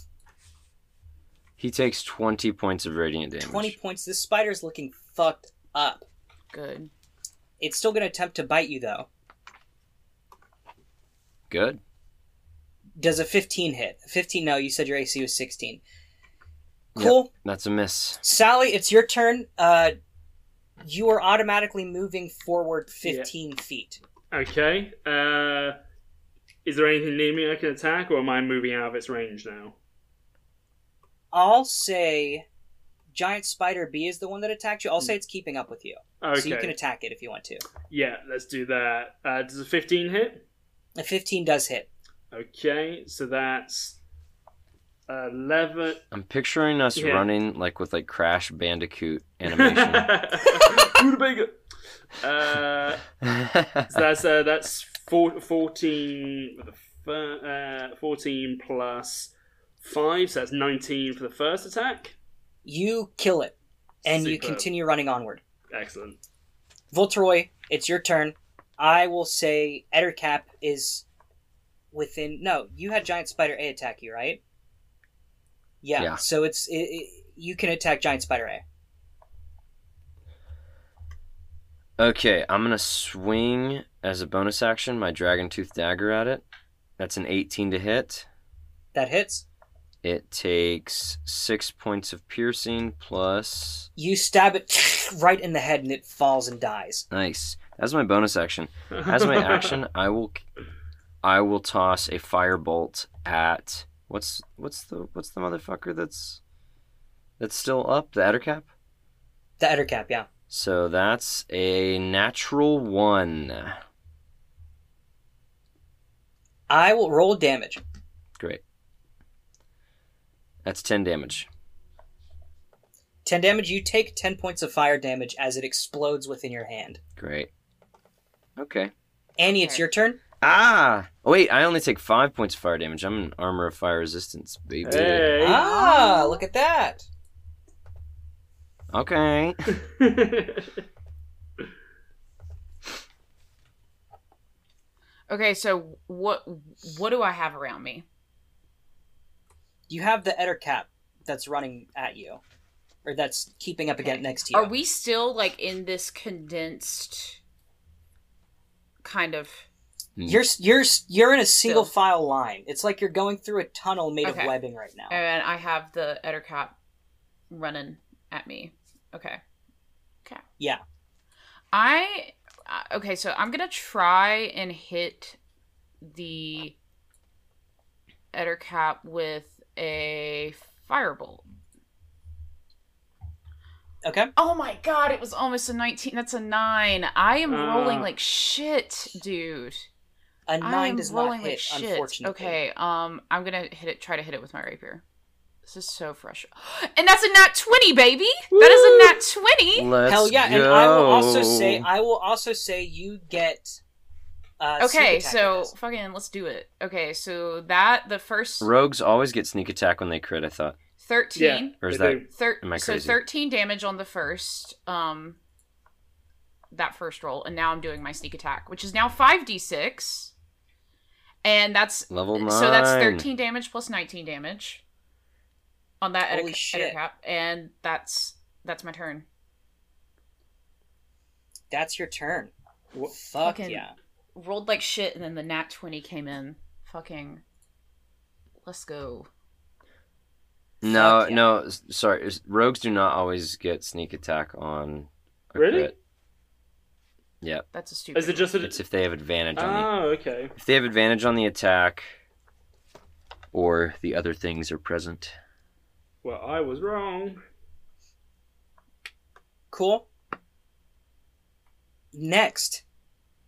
D: He takes 20 points of radiant damage.
E: 20 points. This spider's looking fucked up.
A: Good.
E: It's still going to attempt to bite you, though.
D: Good.
E: Does a 15 hit? 15, no, you said your AC was 16.
D: Yep.
E: Cool.
D: That's a miss.
E: Sally, it's your turn. Uh, you are automatically moving forward 15 feet.
C: Okay. Uh, is there anything near me I can attack, or am I moving out of its range now?
E: I'll say Giant Spider B is the one that attacked you. I'll say it's keeping up with you.
C: Hmm. Okay.
E: So you can attack it if you want to.
C: yeah, let's do that. Uh, does a 15 hit?
E: A 15 does hit.
C: Okay, so that's 11.
D: I'm picturing us
C: Yeah.
D: running like with like
E: (laughs)
D: Crash Bandicoot
C: (laughs)
D: animation. (laughs)
C: Rutabaga. uh, so that's uh, that's four, 14, uh, 14 plus 5, so that's 19 for the first attack.
E: You kill it, and you
C: Superb.
E: continue running onward.
C: Excellent.
E: Voltroy, it's your turn. I will say Ettercap is within. No, you had Giant Spider A attack you, right? Yeah.
D: Yeah.
E: So it's it, it, you can attack Giant Spider A.
D: okay, I'm gonna swing as a bonus action my dragon tooth dagger at it. That's an 18 to hit.
E: That hits.
D: It takes six points of piercing plus.
E: You stab it (laughs) right in the head, and it falls and dies.
D: Nice. That's my bonus action. As
C: (laughs)
D: my action, I will, I will toss a firebolt at what's what's the what's the motherfucker that's that's still up the adder cap.
E: The Ettercap, yeah.
D: So that's a natural one.
E: I will roll damage.
D: Great. That's ten damage.
E: 10 damage, you take 10 points of fire damage as it explodes within your hand.
D: Great. Okay.
E: Annie, it's
A: Okay.
E: your turn.
D: Ah! Oh, wait, I only take five points of fire damage. I'm an armor of fire resistance, baby.
C: Hey.
E: Ah, look at that.
D: Okay. (laughs)
A: Okay, so what what do I have around me?
E: You have the Etter cap that's running at you, or that's keeping up again next to you.
A: Are we still like in this condensed kind of
E: You're you're you're in a single
A: Still.
E: file line. It's like you're going through a tunnel made
A: Okay.
E: of webbing right now.
A: and I have the Ettercap running at me. Okay. Okay.
E: Yeah.
A: I uh, okay, so I'm gonna try and hit the Ettercap with a firebolt.
E: okay.
A: Oh my god, it was almost a 19. That's a 9. I am rolling
C: Ah.
A: like shit, dude.
E: A
A: I
E: nine
A: am
E: does
A: rolling
E: not hit,
A: like shit.
E: unfortunately.
A: Okay, um, I'm gonna hit it. Try to hit it with my rapier. This is so fresh, (gasps) and that's a nat twenty, baby. That is a nat twenty.
D: Let's
E: Hell yeah, and I will also
D: go.
E: say I will also say you get. Uh, sneak
A: Okay,
E: attack
A: so
E: with this.
A: fucking let's do it. Okay, so that the first
D: Rogues always get sneak attack when they crit, I thought.
C: Yeah.
A: thirteen,
D: Or is
C: They
D: that.
C: do.
A: thir-
D: Am I
A: so
D: crazy?
A: thirteen damage on the first, um, that first roll, and now I'm doing my sneak attack, which is now five d six, and that's
D: Level 9.
A: So that's 13 damage plus 19 damage on that
E: Holy
A: edit,
E: shit.
A: cap, and that's that's my turn.
E: that's your turn.
C: Wha-
E: Fuck
A: Fucking-
E: yeah!
A: Rolled like shit, and then the nat 20 came in. Fucking, let's go.
D: No,
E: Fuck yeah.
D: no, s- sorry. is- Rogues do not always get sneak attack on. a
C: Really?
D: crit. Yep.
A: That's a stupid.
C: Is it just a.
D: It's if they have advantage on the
C: Oh, okay.
D: If they have advantage on the attack, or the other things are present.
C: Well, I was wrong.
E: Cool. Next,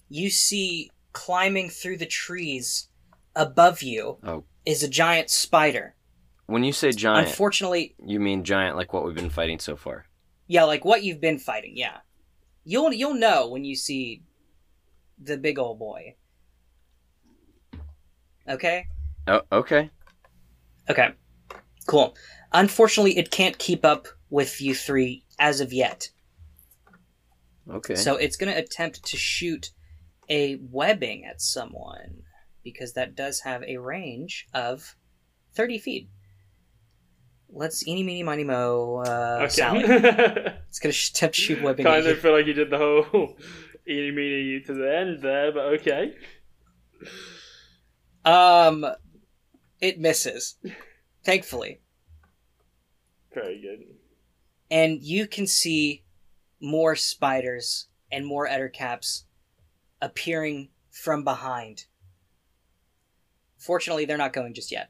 E: you see climbing through the trees above you
D: Oh.
E: is a giant spider.
D: When you say giant,
E: Unfortunately,
D: you mean giant like what we've been fighting so far.
E: yeah, like what you've been fighting, yeah. You'll you'll know when you see the big old boy. Okay?
D: Oh, okay.
E: Okay. Cool. Unfortunately, it can't keep up with you three as of yet.
D: Okay.
E: So it's going to attempt to shoot a webbing at someone because that does have a range of 30 feet. Let's eeny, meeny, miny, mo, uh, Sally.
C: (laughs)
E: It's going to sh- attempt to shoot webbing at
C: kind
E: you.
C: of feel like you did the whole (laughs) eeny meeny you to the end there, but okay.
E: Um, it misses, thankfully.
C: Very good.
E: And you can see more spiders and more ettercaps appearing from behind. Fortunately, they're not going just yet.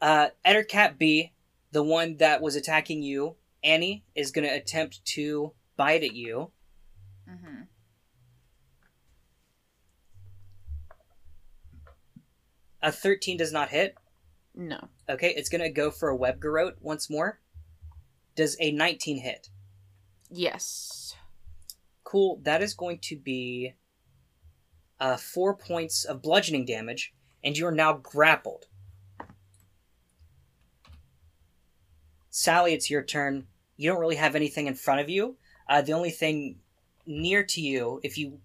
E: Uh, ettercap B, the one that was attacking you, Annie, is going to attempt to bite at you.
A: Mm-hmm.
E: A 13 does not hit.
A: No.
E: Okay, it's going to go for a web garrote once more. Does a 19 hit?
A: Yes.
E: Cool. That is going to be uh, four points of bludgeoning damage, and you are now grappled. Sally, it's your turn. You don't really have anything in front of you. Uh, the only thing near to you, if you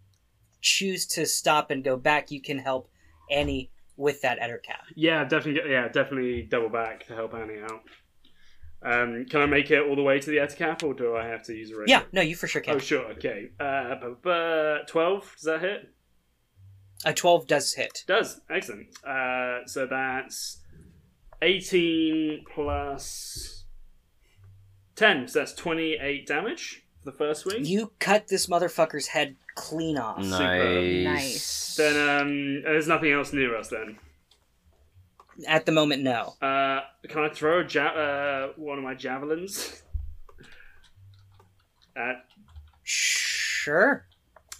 E: choose to stop and go back, you can help Annie with that ettercap.
C: Yeah, definitely. Yeah, definitely double back to help Annie out. Um, can I make it all the way to the ettercap, or do I have to use a ring?
E: Yeah, no, you for sure
C: Oh,
E: can.
C: sure. Okay. Uh, bu- bu- twelve. Does that hit?
E: A 12 does hit.
C: Does excellent. Uh, so that's eighteen plus ten. So that's twenty-eight damage for the first swing.
E: You cut this motherfucker's head clean off.
D: nice.
A: Nice.
C: Then um, there's nothing else near us. Then
E: At the moment, no.
C: uh, can I throw a ja- uh, one of my javelins? (laughs) Uh, At
E: Sure.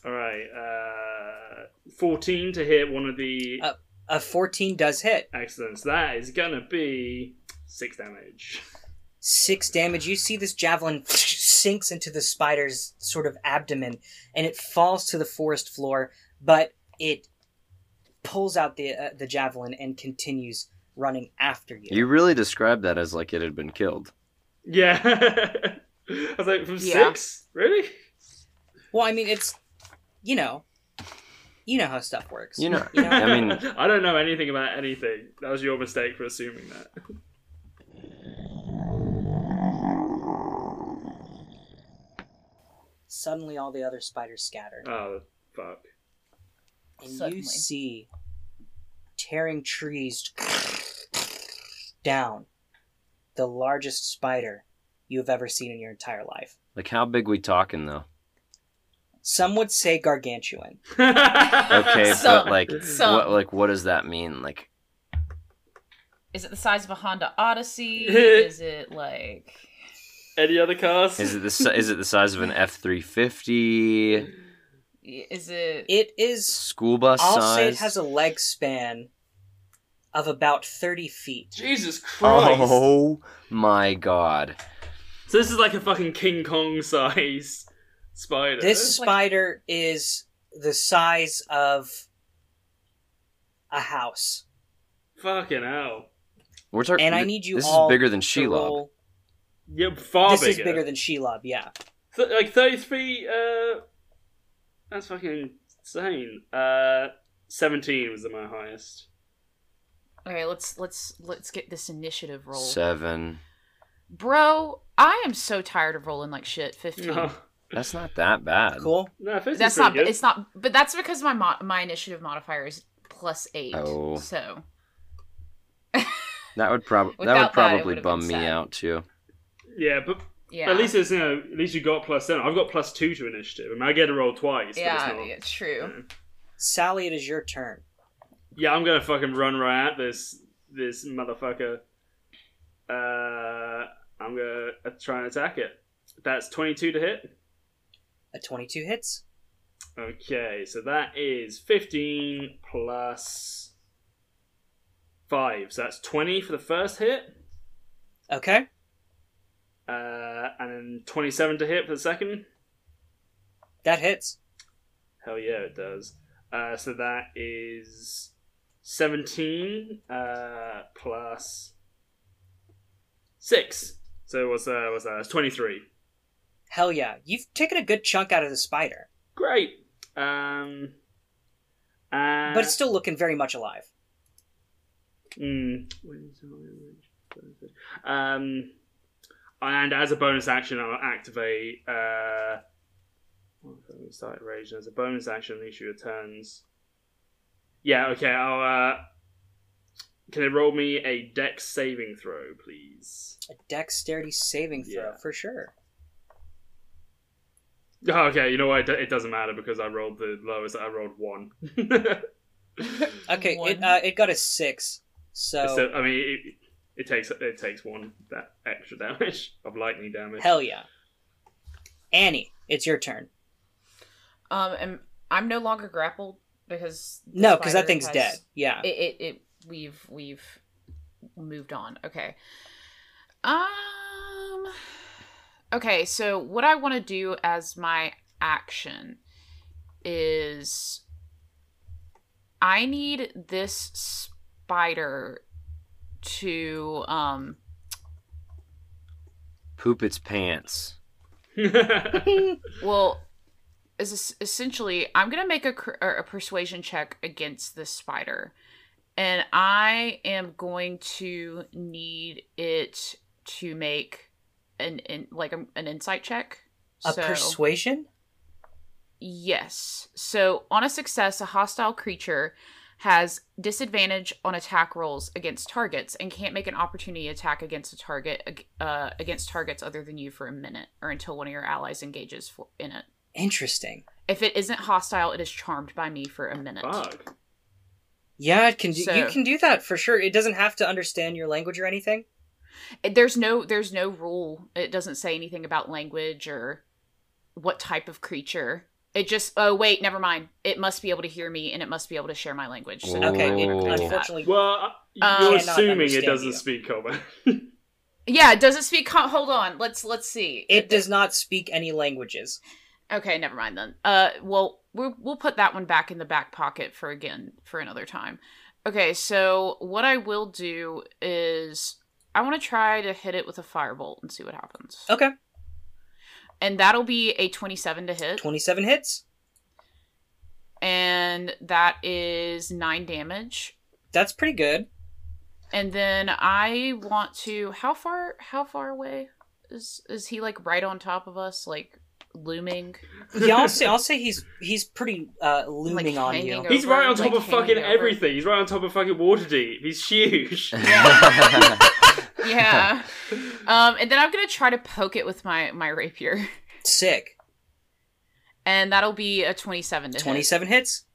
C: All right, uh, fourteen to hit one of the
E: Uh, A 14 does hit.
C: accidents. That is gonna be six damage. (laughs)
E: six damage. You see this javelin (sniffs) sinks into the spider's sort of abdomen, and it falls to the forest floor. But it pulls out the uh, the javelin and continues running after you.
D: You really described that as like it had been killed.
C: Yeah, (laughs) I was like, from
A: Yeah.
C: six, really?
E: Well, I mean, it's you know, you know how stuff works.
D: You know,
E: You know?
D: I mean,
C: I don't know anything about anything. That was your mistake for assuming that.
E: Suddenly, all the other spiders scatter,
C: Oh fuck!
E: and
A: Suddenly.
E: you see tearing trees down the largest spider you have ever seen in your entire life.
D: like how big we talking though?
E: Some would say gargantuan.
C: (laughs)
D: Okay,
A: Some.
D: but like,
A: Some.
D: what like what does that mean? Like,
A: Is it the size of a Honda
C: (laughs)
A: Odyssey? is it like
C: Any other cars?
D: is it the si- is it the size of an F three fifty
A: is it
E: It is.
D: school bus
E: I'll
D: size?
E: say it has a leg span of about thirty feet.
C: Jesus Christ!
D: oh my god!
C: So this is like a fucking King Kong size spider.
E: This
A: Like-
E: spider is the size of a house,
C: fucking hell.
D: We're talking.
E: and I need you
D: This
E: all
D: is bigger than
E: to
D: Shelob.
E: roll-
C: Yeah, far
E: This
C: bigger.
E: is bigger than Shelob. Yeah,
C: Th- like 33 uh that's fucking insane uh 17 was my highest
A: all right let's let's let's get this initiative roll
D: Seven.
A: bro i am so tired of rolling like shit 15
C: (laughs) no
D: That's not that bad.
E: cool.
C: no 15
A: Hmm. that's
C: that's
A: not
C: good.
A: it's not but that's because my mo- my initiative modifier is plus eight
D: Oh.
A: so
D: That would probably that
A: Without
D: would
A: that, it
D: probably
A: would've been
D: bum me
A: sad.
D: out too.
C: yeah but
A: yeah
C: at least it's you know at least you got plus 10 i've got plus 2 to initiative i mean i get to roll twice
A: yeah
C: but it's not.
A: it's true
E: Sally, it is your turn.
C: yeah i'm gonna fucking run right at this this motherfucker uh i'm gonna uh, try and attack it that's 22 to hit
E: A twenty-two hits.
C: Okay, so that is 15 plus 5. So that's 20 for the first hit,
E: Okay.
C: uh, and then 27 to hit for the second.
E: That hits.
C: Hell yeah, it does. Uh, so that is 17 uh, plus 6. So what's that? What's that? That's 23.
E: Hell yeah. You've taken a good chunk out of the spider,
C: Great. Um, uh,
E: but it's still looking very much alive.
C: Mm. Um, and as a bonus action, I'll activate. Uh, what if we start rage as a bonus action on each of your turns. Yeah, okay. I'll. Uh, can it roll me a Dex saving throw, please?
E: A dexterity saving throw,
C: Yeah.
E: for sure.
C: Oh, okay. You know what? It do- It doesn't matter because I rolled the lowest. I rolled one.
E: Okay, it,
A: One.
E: uh, it got a six. So,
C: so I mean, it, it takes it takes one that extra (laughs) damage of lightning damage.
E: hell yeah. Annie, it's your turn.
A: Um, and I'm no longer grappled because the
E: No, because
A: spider
E: that thing's
A: has-
E: dead. Yeah.
A: It, it, it we've we've moved on. Okay. Um. Okay, so what I want to do as my action is I need this spider to um
D: Poop its pants.
A: Well, is es- essentially, I'm gonna make a cr- or a persuasion check against this spider, and I am going to need it to make an in like a, an insight check.
E: a persuasion?
A: Yes. So on a success, a hostile creature has disadvantage on attack rolls against targets and can't make an opportunity attack against a target ag- uh, against targets other than you for a minute or until one of your allies engages for- in it.
E: Interesting.
A: If it isn't hostile, it is charmed by me for a minute.
C: (laughs) Fuck.
E: Yeah, it can do, you
A: So-
E: can do that for sure. It doesn't have to understand your language or anything.
A: It- There's no there's no rule. It doesn't say anything about language or what type of creature. It just oh wait, never mind. It must be able to hear me and it must be able to share my language. So
D: Ooh.
E: Okay,
A: I'm
E: it,
C: Oh.
A: not gonna do that.
E: unfortunately,
C: Well, uh,
A: Um,
C: you're
A: Cannot
C: assuming it
E: understand
C: doesn't
E: you.
C: speak Common.
A: Yeah, does it speak com- hold on. Let's let's see.
E: it does not speak any languages.
A: Okay, never mind then. Uh well, we'll we'll put that one back in the back pocket for again for another time. Okay, so what I will do is I want to try to hit it with a firebolt and see what happens.
E: Okay,
A: And that'll be a 27 to hit.
E: twenty-seven hits.
A: and that is nine damage.
E: That's pretty good.
A: And then I want to how far how far away is is he like right on top of us like looming?
E: Yeah, I'll say I'll say he's he's pretty uh, looming on
A: hanging
E: you.
A: over-
C: He's right on
A: like,
C: top of
A: hanging
C: fucking
A: over.
C: everything. He's right on top of fucking Waterdeep. He's
D: (laughs)
C: huge.
A: Yeah. um, and then I'm gonna try to poke it with my my rapier,
E: Sick.
A: and that'll be a 27 to hit.
E: Twenty-seven hits.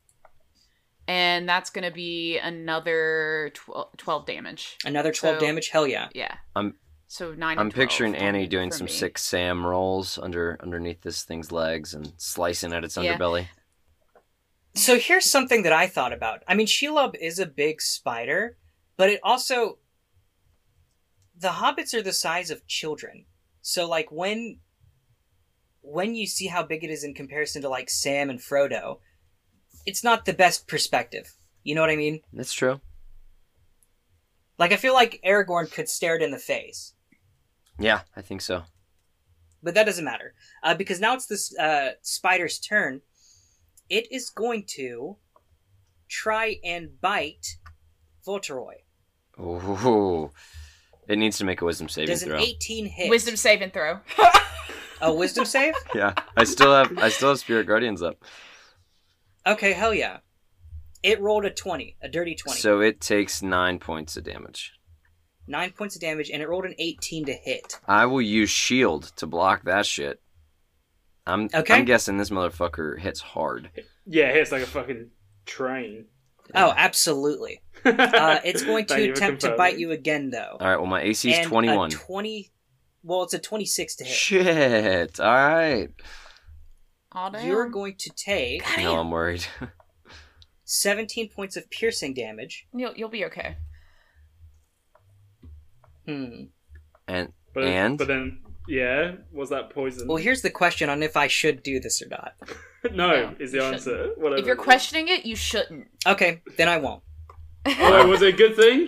A: and that's gonna be another 12, 12 damage.
E: Another twelve
A: So-
E: damage. Hell yeah.
A: Yeah.
D: I'm-
A: so nine.
D: (laughs) I'm
A: and 12
D: picturing Annie doing
A: for
D: some
A: me.
D: sick Sam rolls under underneath this thing's legs and slicing at its
A: Yeah.
D: underbelly.
E: So here's something that I thought about. I mean, Shelob is a big spider, but it also the hobbits are the size of children. So like when when you see how big it is in comparison to like Sam and Frodo, it's not the best perspective. You know what I mean?
D: That's true.
E: Like I feel like Aragorn could stare it in the face,
D: Yeah, I think so.
E: but that doesn't matter uh, because now it's this uh, spider's turn. It is going to try and bite Volteroy.
D: Ooh. It needs to make a wisdom saving
E: Does an
D: throw.
E: 18 hit?
A: Wisdom save and throw. (laughs)
E: A wisdom save?
D: Yeah. I still have I still have Spirit Guardians up.
E: Okay, hell yeah. It rolled a 20, a dirty 20.
D: So it takes nine points of damage.
E: Nine points of damage, and it rolled an 18 to hit.
D: I will use shield to block that shit. I'm
E: Okay.
D: I'm guessing this motherfucker hits hard.
C: yeah, it's like a fucking train.
E: Oh, absolutely.
C: (laughs)
E: Uh, it's going to attempt to bite you again, though.
D: All right. Well, my AC is
E: And a
D: 21.
E: 20. Well, it's a 26 to hit.
D: Shit. All right.
A: All down.
E: You're going to take
D: No, I'm worried. (laughs)
E: 17 points of piercing damage.
A: You'll, you'll be okay.
E: Hmm.
D: and
C: But
D: And?
C: but then yeah, was that poison?
E: Well, here's the question on if I should do this or not.
C: no,
A: No,
C: is
A: you
C: the answer. Whatever.
A: If you're
C: it is.
A: questioning it, you shouldn't.
E: Okay, then I won't.
C: oh, was it a good thing?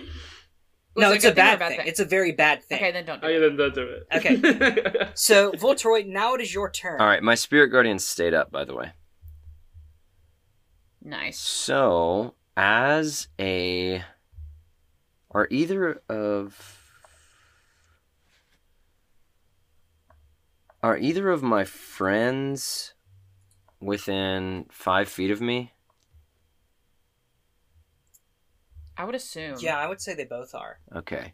A: Was
E: no,
A: it
E: it's a
A: good thing or
E: bad thing. It's a very bad thing.
A: Okay, then don't do
C: Oh,
A: it.
C: yeah, then don't do it.
E: Okay.
C: (laughs)
E: So, Voltroid, now it is your turn.
D: all right, my spirit guardian stayed up, by the way.
A: Nice.
D: So, as a. Are either of. Are either of my friends within five feet of me?
A: I would assume.
E: Yeah, I would say they both are.
D: Okay.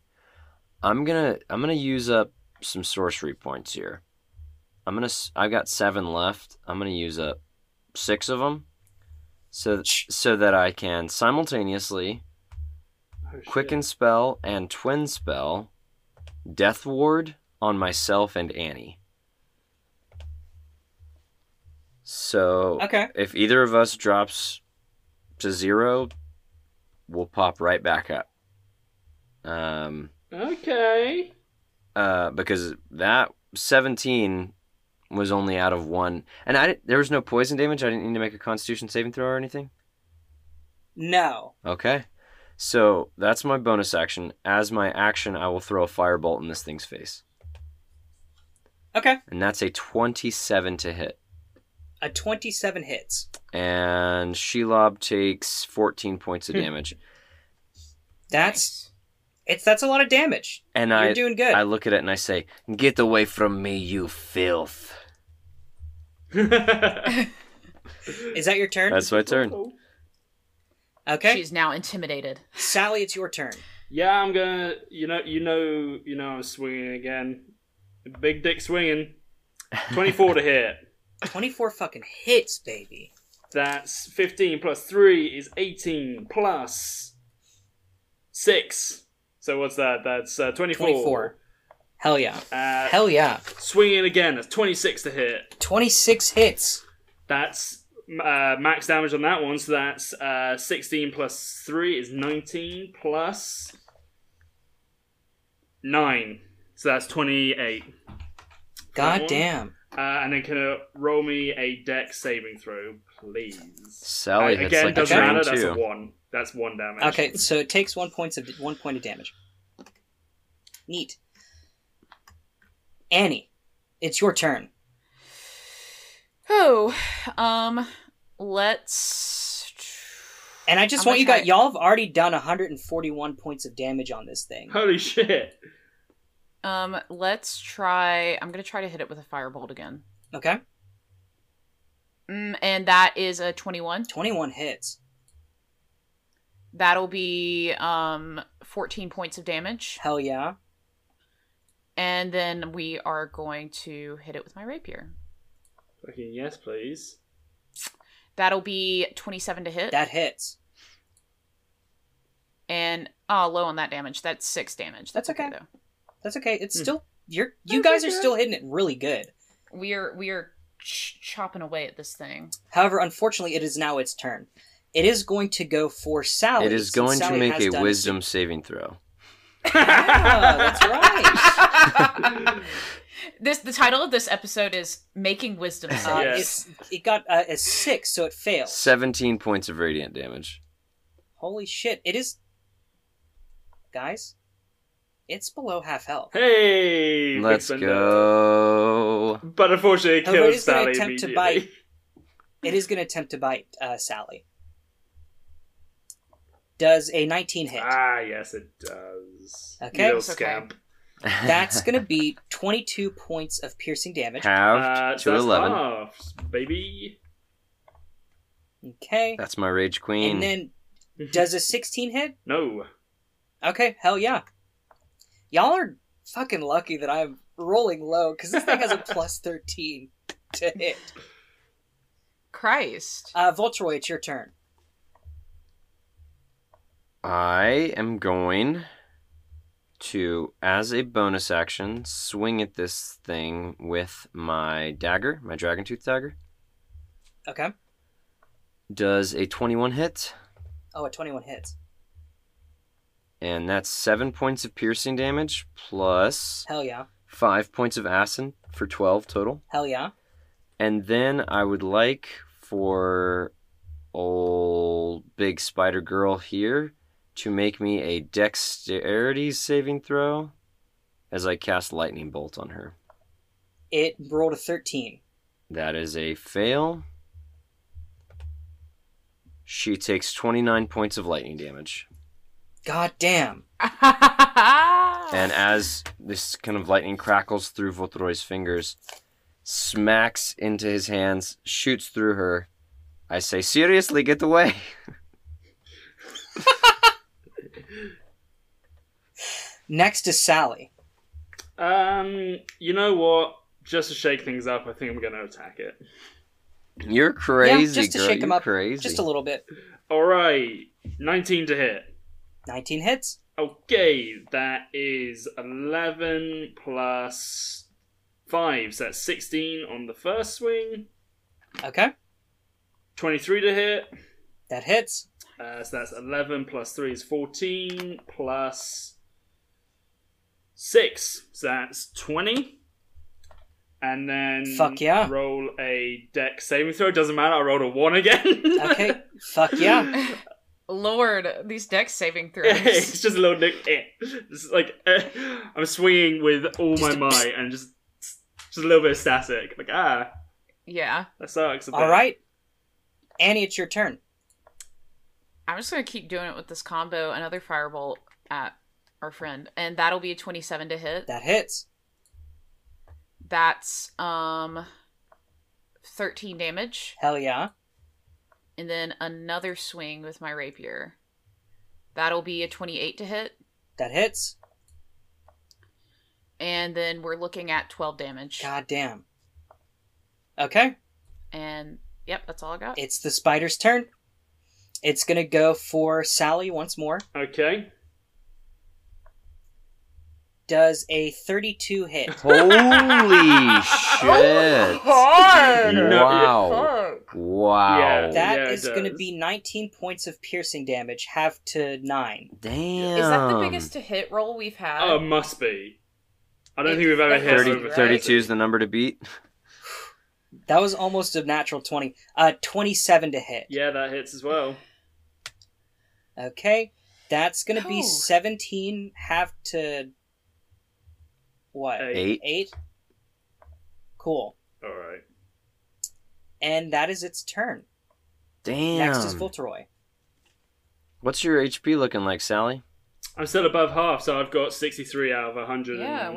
D: I'm gonna I'm gonna use up some sorcery points here. I'm gonna s- I've got seven left. I'm gonna use up six of them, so so that I can simultaneously
C: Oh,
D: quicken spell and twin spell, death ward on myself and Annie. So
E: Okay.
D: if either of us drops to zero, we'll pop right back up. Um,
C: Okay. (laughs)
D: uh, because that 17 was only out of one, and I di- there was no poison damage. I didn't need to make a Constitution saving throw or anything.
E: No.
D: Okay, so that's my bonus action. As my action, I will throw a firebolt in this thing's face,
E: Okay.
D: and that's a 27 to hit.
E: A 27 hits.
D: And Shelob takes 14 points of
E: Hmm.
D: damage.
E: That's it's that's a lot of damage.
D: And
E: You're
D: I
E: doing good.
D: I look at it and I say, "Get away from me, you filth."
E: Is that your turn?
D: That's my turn.
E: okay.
A: She's now intimidated.
E: Sally, it's your turn.
C: Yeah, I'm gonna. You know, you know, you know. I'm swinging again. Big dick swinging. Twenty-four to hit.
E: 24 fucking hits, baby.
C: That's fifteen plus three is eighteen plus six. So what's that? That's uh, twenty-four.
E: 24. Hell yeah.
C: Uh,
E: Hell yeah.
C: swinging again. That's twenty-six to hit.
E: 26 hits.
C: That's uh, max damage on that one. So that's uh, sixteen plus three is nineteen plus nine. So that's twenty-eight.
E: God
C: Come
D: Mm-hmm.
C: on.
E: damn.
C: Uh, and then can uh, roll me a deck saving throw, please.
D: Sally
C: Uh,
D: hits
C: again,
D: like a
C: doesn't matter.
D: train
C: That's a
D: too.
C: one. That's one damage.
E: Okay, so it takes one points of one point of damage. Neat. Annie, it's your turn.
A: Oh, um, let's.
E: And I just
A: I'm
E: want you
A: gonna
E: guys y'all have already done 141 points of damage on this thing.
C: Holy shit!
A: try- Um, let's try. I'm gonna try to hit it with a firebolt again.
E: Okay?
A: Mm, and that is a 21.
E: 21 hits.
A: That'll be um 14 points of damage.
E: Hell yeah.
A: And then we are going to hit it with my rapier.
C: Fucking yes, please.
A: That'll be 27 to hit.
E: That hits.
A: and oh, low on that damage. That's 6 damage. That's,
E: That's
A: okay,
E: okay.
A: though.
E: That's okay. It's
C: Hmm.
E: still you're you
C: That's
E: guys are
C: okay.
E: still hitting it really good.
A: We're we're ch- chopping away at this thing.
E: However, unfortunately, it is now its turn. It is going to go for Sally.
D: It is
E: since
D: going to
E: Sally
D: make
E: has
D: a
E: done- (laughs)
D: wisdom saving throw.
E: Ah, that's
A: (laughs)
E: right.
A: this the title of this episode is making wisdom
E: Uh,
A: saves.
C: Yes.
E: it's, it got uh, a six, so it fails.
D: 17 points of radiant damage.
E: Holy shit! It is, guys. It's below half health.
C: Hey, big
D: Let's
C: spender.
D: go.
C: But unfortunately, it
E: Nobody's
C: kills
E: gonna
C: Sally
E: attempt to
C: immediately.
E: bite. It is going to attempt to bite uh, Sally. Does a 19 hit?
C: Ah, yes, it does.
E: Okay.
C: little
A: It's okay.
C: scamp.
D: (laughs)
E: That's going to
C: (laughs)
E: be 22 points of piercing damage.
D: halved
C: Uh, so
D: to
C: that's
D: 11.
C: half, baby.
E: Okay.
D: That's my rage queen.
E: And then, does a 16 hit?
C: No.
E: Okay, hell yeah. Y'all are fucking lucky that I'm rolling low because this thing has
C: (laughs)
E: a plus 13 to hit.
A: Christ.
E: Uh, Voltroy, it's your turn.
D: I am going to, as a bonus action, swing at this thing with my dagger, my dragon tooth dagger.
E: Okay.
D: Does a 21 hit,
E: Oh, a 21 hits.
D: and that's seven points of piercing damage plus
E: Hell yeah.
D: five points of acid for 12 total.
E: Hell yeah.
D: And then I would like for old big spider girl here to make me a dexterity saving throw as I cast lightning bolt on her.
E: It rolled a 13.
D: That is a fail. She takes 29 points of lightning damage.
E: God damn.
A: Uh, (laughs) Oh.
D: And as this kind of lightning crackles through Votroy's fingers, smacks into his hands, shoots through her, I say, Seriously, get away! (laughs)
E: Next is Sally.
C: Um, you know what? Just to shake things up, I think I'm going to attack it.
D: You're crazy,
E: just to
D: girl.
E: shake him
D: You're
E: up,
D: crazy.
E: Just a little bit.
C: All right, 19 to hit.
E: 19 hits.
C: Okay, that is 11 plus 5, so that's 16 on the first swing.
E: Okay.
C: 23 to hit,
E: That hits.
C: uh, so that's 11 plus 3 is 14, plus 6, so that's 20. And then
E: Fuck yeah.
C: roll a deck saving throw. Doesn't matter, I rolled a 1 again. (laughs)
E: Okay. Fuck yeah.
A: Lord, these deck saving throws.
C: (laughs) it's just a little nick. Eh. It's like eh. I'm swinging with all
E: Just
C: my
E: a (laughs)
C: might and just just a little bit of static. Like ah,
A: yeah.
C: that sucks. a bit.
E: All right. Annie, it's your turn.
A: I'm just gonna keep doing it with this combo, another firebolt at our friend, and that'll be a 27 to hit.
E: That hits.
A: That's um 13 damage,
E: Hell yeah.
A: and then another swing with my rapier. That'll be a 28 to hit,
E: That hits.
A: and then we're looking at 12 damage.
E: God damn. Okay.
A: And yep, that's all I got.
E: It's the spider's turn. It's gonna go for Sally once more.
C: Okay.
E: Does a 32 hit?
D: (laughs) Holy Oh, (laughs) shit! Wow! Wow!
C: Yeah.
E: That
C: it
E: is gonna
C: does.
E: be 19 points of piercing damage, half to 9.
D: Damn!
A: Is that the biggest to hit roll we've had?
C: Oh, it must be. I don't
A: It's
C: think we've ever hit
A: 30
C: over
D: 32 is the number to beat.
E: That was almost a natural 20. Uh, 27 to hit.
C: Yeah, that hits as well.
E: Okay. That's gonna be
A: Ooh.
E: 17, half to. What?
C: Eight.
D: Eight.
E: Eight? Cool.
C: All right.
E: And that is its turn.
D: Damn!
E: Next is Volteroy.
D: What's your HP looking like, Sally?
C: I'm still above half, so I've got 63 out of 104.
A: Yeah,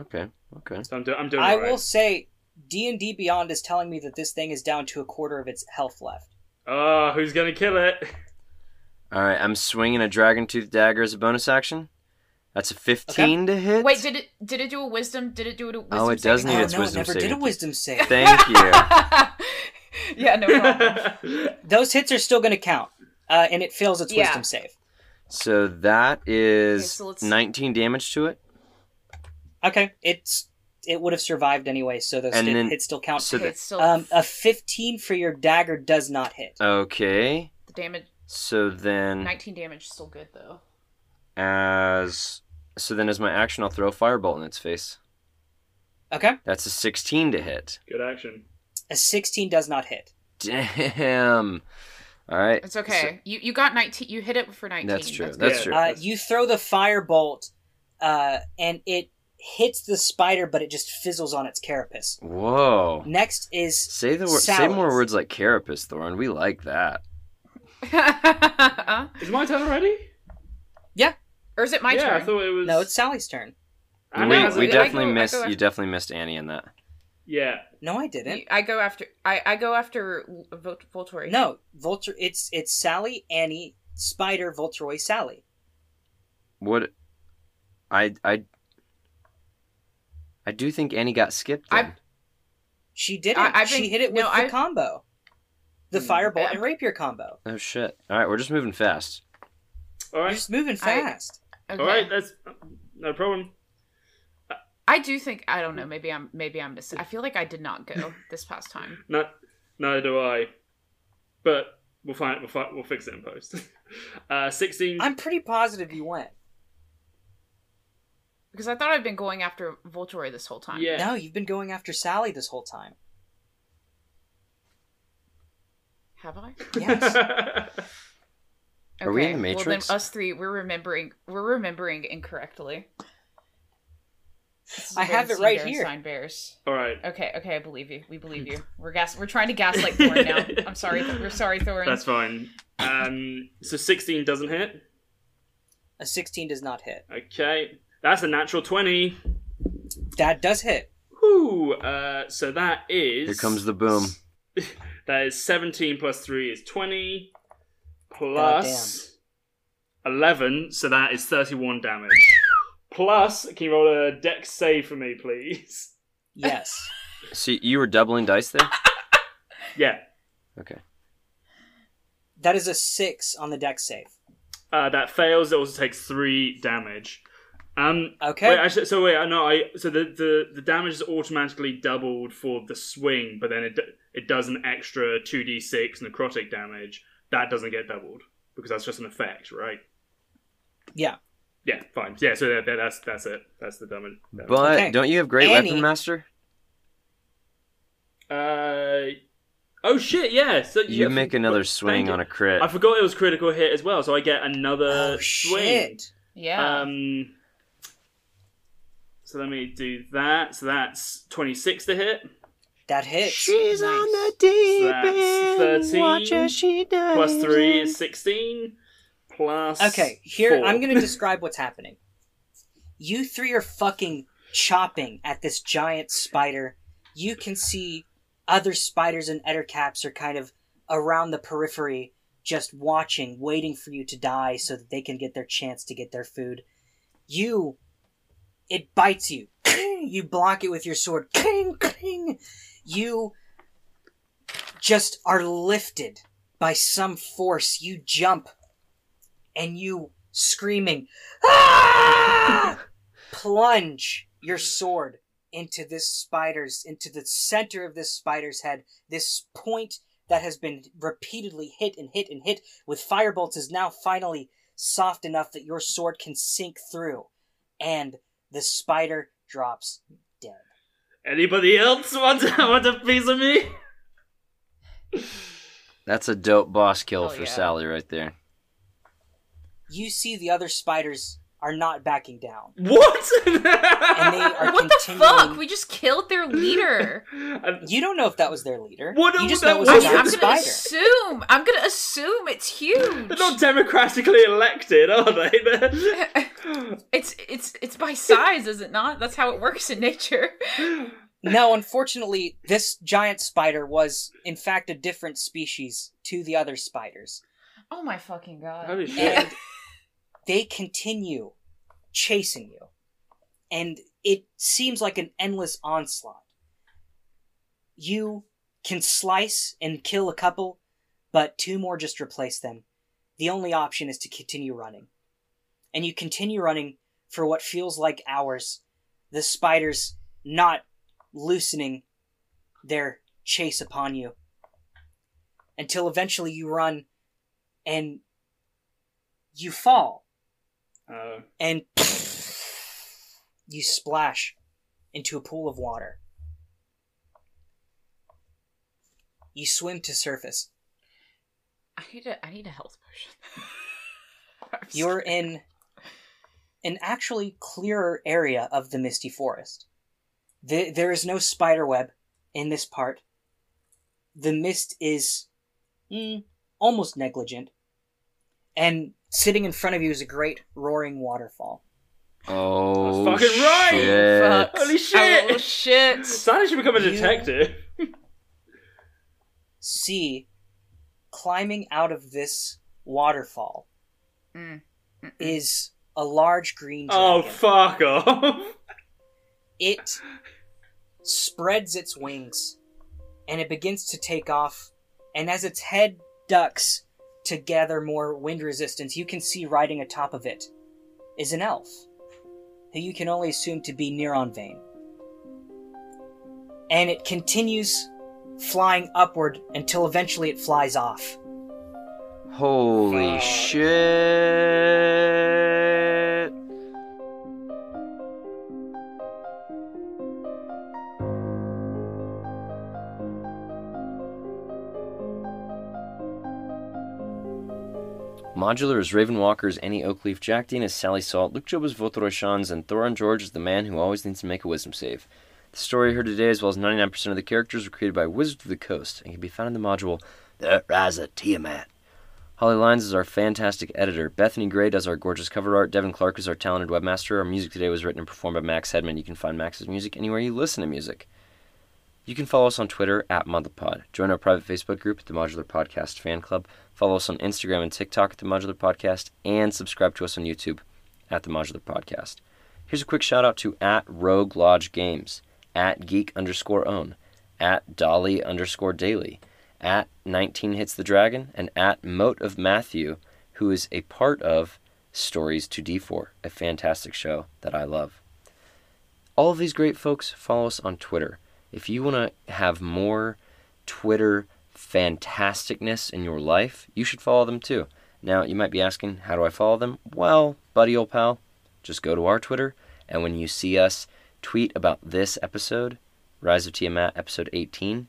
D: Okay. Okay.
C: So I'm, do- I'm doing
E: I
C: all right.
E: will say, D and D Beyond is telling me that this thing is down to a quarter of its health left.
C: Ah, who's gonna kill it? (laughs)
D: All right. I'm swinging a dragon tooth dagger as a bonus action. That's a 15 to hit.
A: Wait, did it did it do a wisdom? Did it do a wisdom?
D: Oh, it does
A: saving
D: need
E: oh
D: its
E: no, it
D: wisdom
E: never did a
D: saving.
E: wisdom save. (laughs)
D: Thank you.
A: (laughs) yeah, no problem.
E: Those hits are still going to count, uh, and it fails its
A: Yeah.
E: wisdom save.
D: So that is
A: Okay, so let's-
D: 19 damage to it.
E: Okay, it's it would have survived anyway, so those
D: And
E: hit-
D: then-
E: hits still count.
D: (laughs) So
A: okay,
D: the,
A: it's still
E: Um, a fifteen for your dagger does not hit.
D: okay.
A: the damage.
D: So then
A: 19 damage is still good though.
D: as so then as my action I'll throw a firebolt in its face.
E: Okay,
D: That's a 16 to hit.
C: Good action.
E: a sixteen does not hit.
D: Damn. All right.
A: It's okay. you you got 19. You hit it for 19.
D: That's true. That's,
C: good.
D: true.
E: Uh, you throw the firebolt, uh, and it hits the spider, but it just fizzles on its carapace.
D: Whoa.
E: Next is
D: Say the wor- say more
E: Salads.
D: words like carapace, Thorn. We like that.
A: good.
C: Is my turn already?
A: (laughs) or is it my
C: yeah,
A: turn?
C: I thought it was.
E: no, it's Sally's turn.
C: Anna
A: know,
D: we
C: has
D: we
C: it.
A: I
D: definitely
A: go- I
D: missed
A: go
D: you definitely missed Annie in that.
C: Yeah.
E: No, I didn't.
A: I go after I, I go after Vol- Voltori.
E: No, Vulture. It's it's Sally, Annie, Spider, Voltroy, Sally.
D: What I I I do think Annie got skipped.
A: I-
D: then.
E: She didn't.
A: I- I've
E: she
A: been-
E: hit it with
A: no,
E: the
A: I-
E: combo, the
A: Hmm.
E: fireball
A: I-
E: and rapier combo.
D: Oh shit. All right, we're just moving fast.
C: All
E: You're
C: right.
E: just moving
A: I-
E: fast.
A: Okay.
C: All right. That's no problem.
A: I do think I don't know. Maybe I'm maybe I'm missing. I feel like I did not go this past time.
C: No, Neither do I. But we'll find we'll, fi- we'll fix it in post. (laughs) Uh, 16
E: I'm pretty positive you went.
A: Because I thought I'd been going after Voltore this whole time.
C: (laughs) Yeah.
E: No, you've been going after Sally this whole time.
A: Have I?
E: Yes.
D: Are we in the
A: Well,
D: Matrix?
A: then us three, we're remembering. We're remembering incorrectly. This is
E: I have it
A: Bernstein
E: right here.
A: Berenstein Bears.
C: All right.
A: Okay, okay, I believe you. We believe you. We're gas. We're trying to gaslight Thorin
E: (laughs)
A: now. I'm sorry. Th- we're sorry, Thorin.
C: That's fine. Um, so 16 doesn't hit.
E: A 16 does not hit.
C: Okay. That's a natural 20.
E: That does
A: (laughs)
E: hit.
C: Whoo! Uh, so that is.
D: Here comes the boom.
C: That is 17 plus 3 is 20. Plus 11, so that is 31 damage. plus, can you roll a dex save for me, please? (laughs)
E: Yes.
D: See, you were doubling dice there.
C: Yeah.
D: Okay.
E: that is a 6 on the deck save.
C: Uh, that fails. It also takes 3 damage. Um,
E: Okay.
C: Wait, actually, so wait, I know. I so the, the the damage is automatically doubled for the swing, but then it d- it does an extra two d six necrotic damage. That doesn't get doubled because that's just an effect, right?
E: Yeah.
C: Yeah, fine. Yeah, so that, that- that's that's it. That's the damage. damage.
D: But
E: Okay.
D: don't you have great
E: Annie.
D: weapon master?
C: uh, oh shit, yeah. So
D: You make another swing on a crit.
C: I forgot it was critical hit as well, so I get another
E: oh,
C: swing.
E: shit.
A: yeah.
C: Um, so let me do that. So that's twenty six to hit.
E: That hits.
A: She's on the
C: So that's 13 plus 3 is 16 plus
E: Okay, here
C: four.
E: i I'm going to describe what's happening. You three are fucking chopping at this giant spider. You can see other spiders and ettercaps are kind of around the periphery, just watching, waiting for you to die so that they can get their chance to get their food. You, it bites you. you block it with your sword. Cling, cling. You just are lifted by some force. You jump and you screaming
C: (laughs)
E: "Ah!" plunge your sword into this spider's into the center of this spider's head this point that has been repeatedly hit and hit and hit with firebolts is now finally soft enough that your sword can sink through and the spider drops dead
C: anybody else want, want a piece of me
D: That's a dope boss kill
A: Hell
D: for
A: yeah.
D: Sally right there.
E: you see the other spiders are not backing down
C: what
E: and they
A: (laughs)
E: are
A: what the
E: continuing
A: fuck? We just killed their
E: (laughs)
A: leader.
C: (laughs) And-
E: you don't know if that was their leader
C: What-
E: you just
C: that
E: know it was
C: was-
E: a
A: I'm
E: giant
A: gonna
E: spider
A: assume. I'm gonna assume it's huge.
C: they're not democratically elected are they (laughs) They're-
A: (laughs) it's it's it's by size, is it not? That's how it works in nature. (laughs)
E: No, unfortunately, this giant spider was, in fact, a different species to the other spiders.
A: Oh my fucking god.
C: Holy shit.
E: And they continue chasing you. And it seems like an endless onslaught. You can slice and kill a couple, but two more just replace them. The only option is to continue running. And you continue running for what feels like hours. The spiders not loosening their chase upon you. Until eventually you run and you fall
C: Uh,
E: and (laughs) you splash into a pool of water. You swim to surface.
A: I need a I need a health potion. (laughs) I'm
E: You're
A: scared.
E: in an actually clearer area of the misty forest. The, there is no spider web in this part. The mist is mm, almost negligent, and sitting in front of you is a great roaring waterfall.
D: Oh,
C: That's fucking right!
D: shit.
A: Fuck.
C: Holy
A: Oh,
C: shit.
A: shit.
C: Sally should become a
E: You-
C: detective
E: See, climbing out of this waterfall
A: Mm.
E: is a large green
C: oh
E: dragon.
C: fuck off
E: it spreads its wings and it begins to take off and as its head ducks to gather more wind resistance you can see riding atop of it is an elf who you can only assume to be Neron Vane and it continues flying upward until eventually it flies off.
D: Holy
C: Fuck.
D: shit. Modular is Raven Walker as Annie Oakleaf, Jack Dean as Sally Salt, Luke Job as Votor Shans, and Thoron George is the man who always needs to make a wisdom save. The story heard today, as well as 99% of the characters, were created by Wizards of the Coast and can be found in the module The Rise of Tiamat. Holly Lyons is our fantastic editor. Bethany Gray does our gorgeous cover art. Devin Clark is our talented webmaster. Our music today was written and performed by Max Hedman. You can find Max's music anywhere you listen to music. You can follow us on Twitter at ModulPod. Join our private Facebook group, the Modular Podcast Fan Club. Follow us on Instagram and TikTok at the Modular Podcast, and subscribe to us on YouTube at the Modular Podcast. Here's a quick shout out to at Rogue Lodge Games, at Geek underscore Own, at Dolly underscore Daily, at 19 Hits the Dragon, and at Moat of Matthew, who is a part of Stories to D4, a fantastic show that I love. All of these great folks follow us on Twitter. If you want to have more Twitter fantasticness in your life, you should follow them too. Now, you might be asking, how do I follow them? Well, buddy old pal, just go to our Twitter, and when you see us tweet about this episode, Rise of Tiamat, episode 18,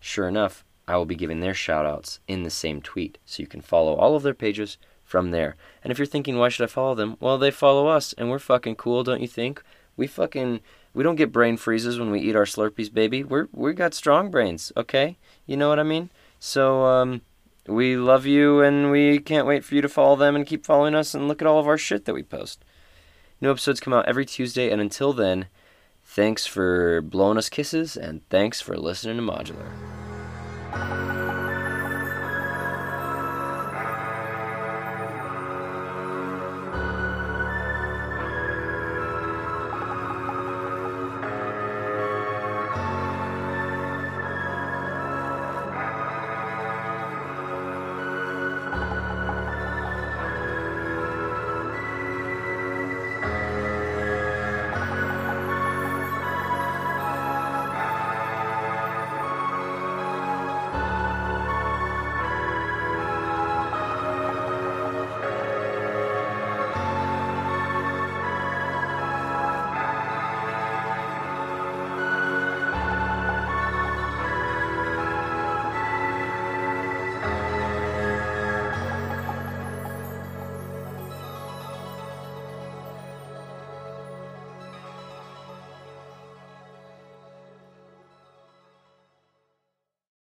D: sure enough, I will be giving their shout outs in the same tweet. So you can follow all of their pages from there. And if you're thinking, why should I follow them? Well, they follow us, and we're fucking cool, don't you think? We fucking. We don't get brain freezes when we eat our Slurpees, baby. We're we got strong brains, okay? You know what I mean? So um, we love you, and we can't wait for you to follow them and keep following us and look at all of our shit that we post. New episodes come out every Tuesday, and until then, thanks for blowing us kisses, and thanks for listening to Modular.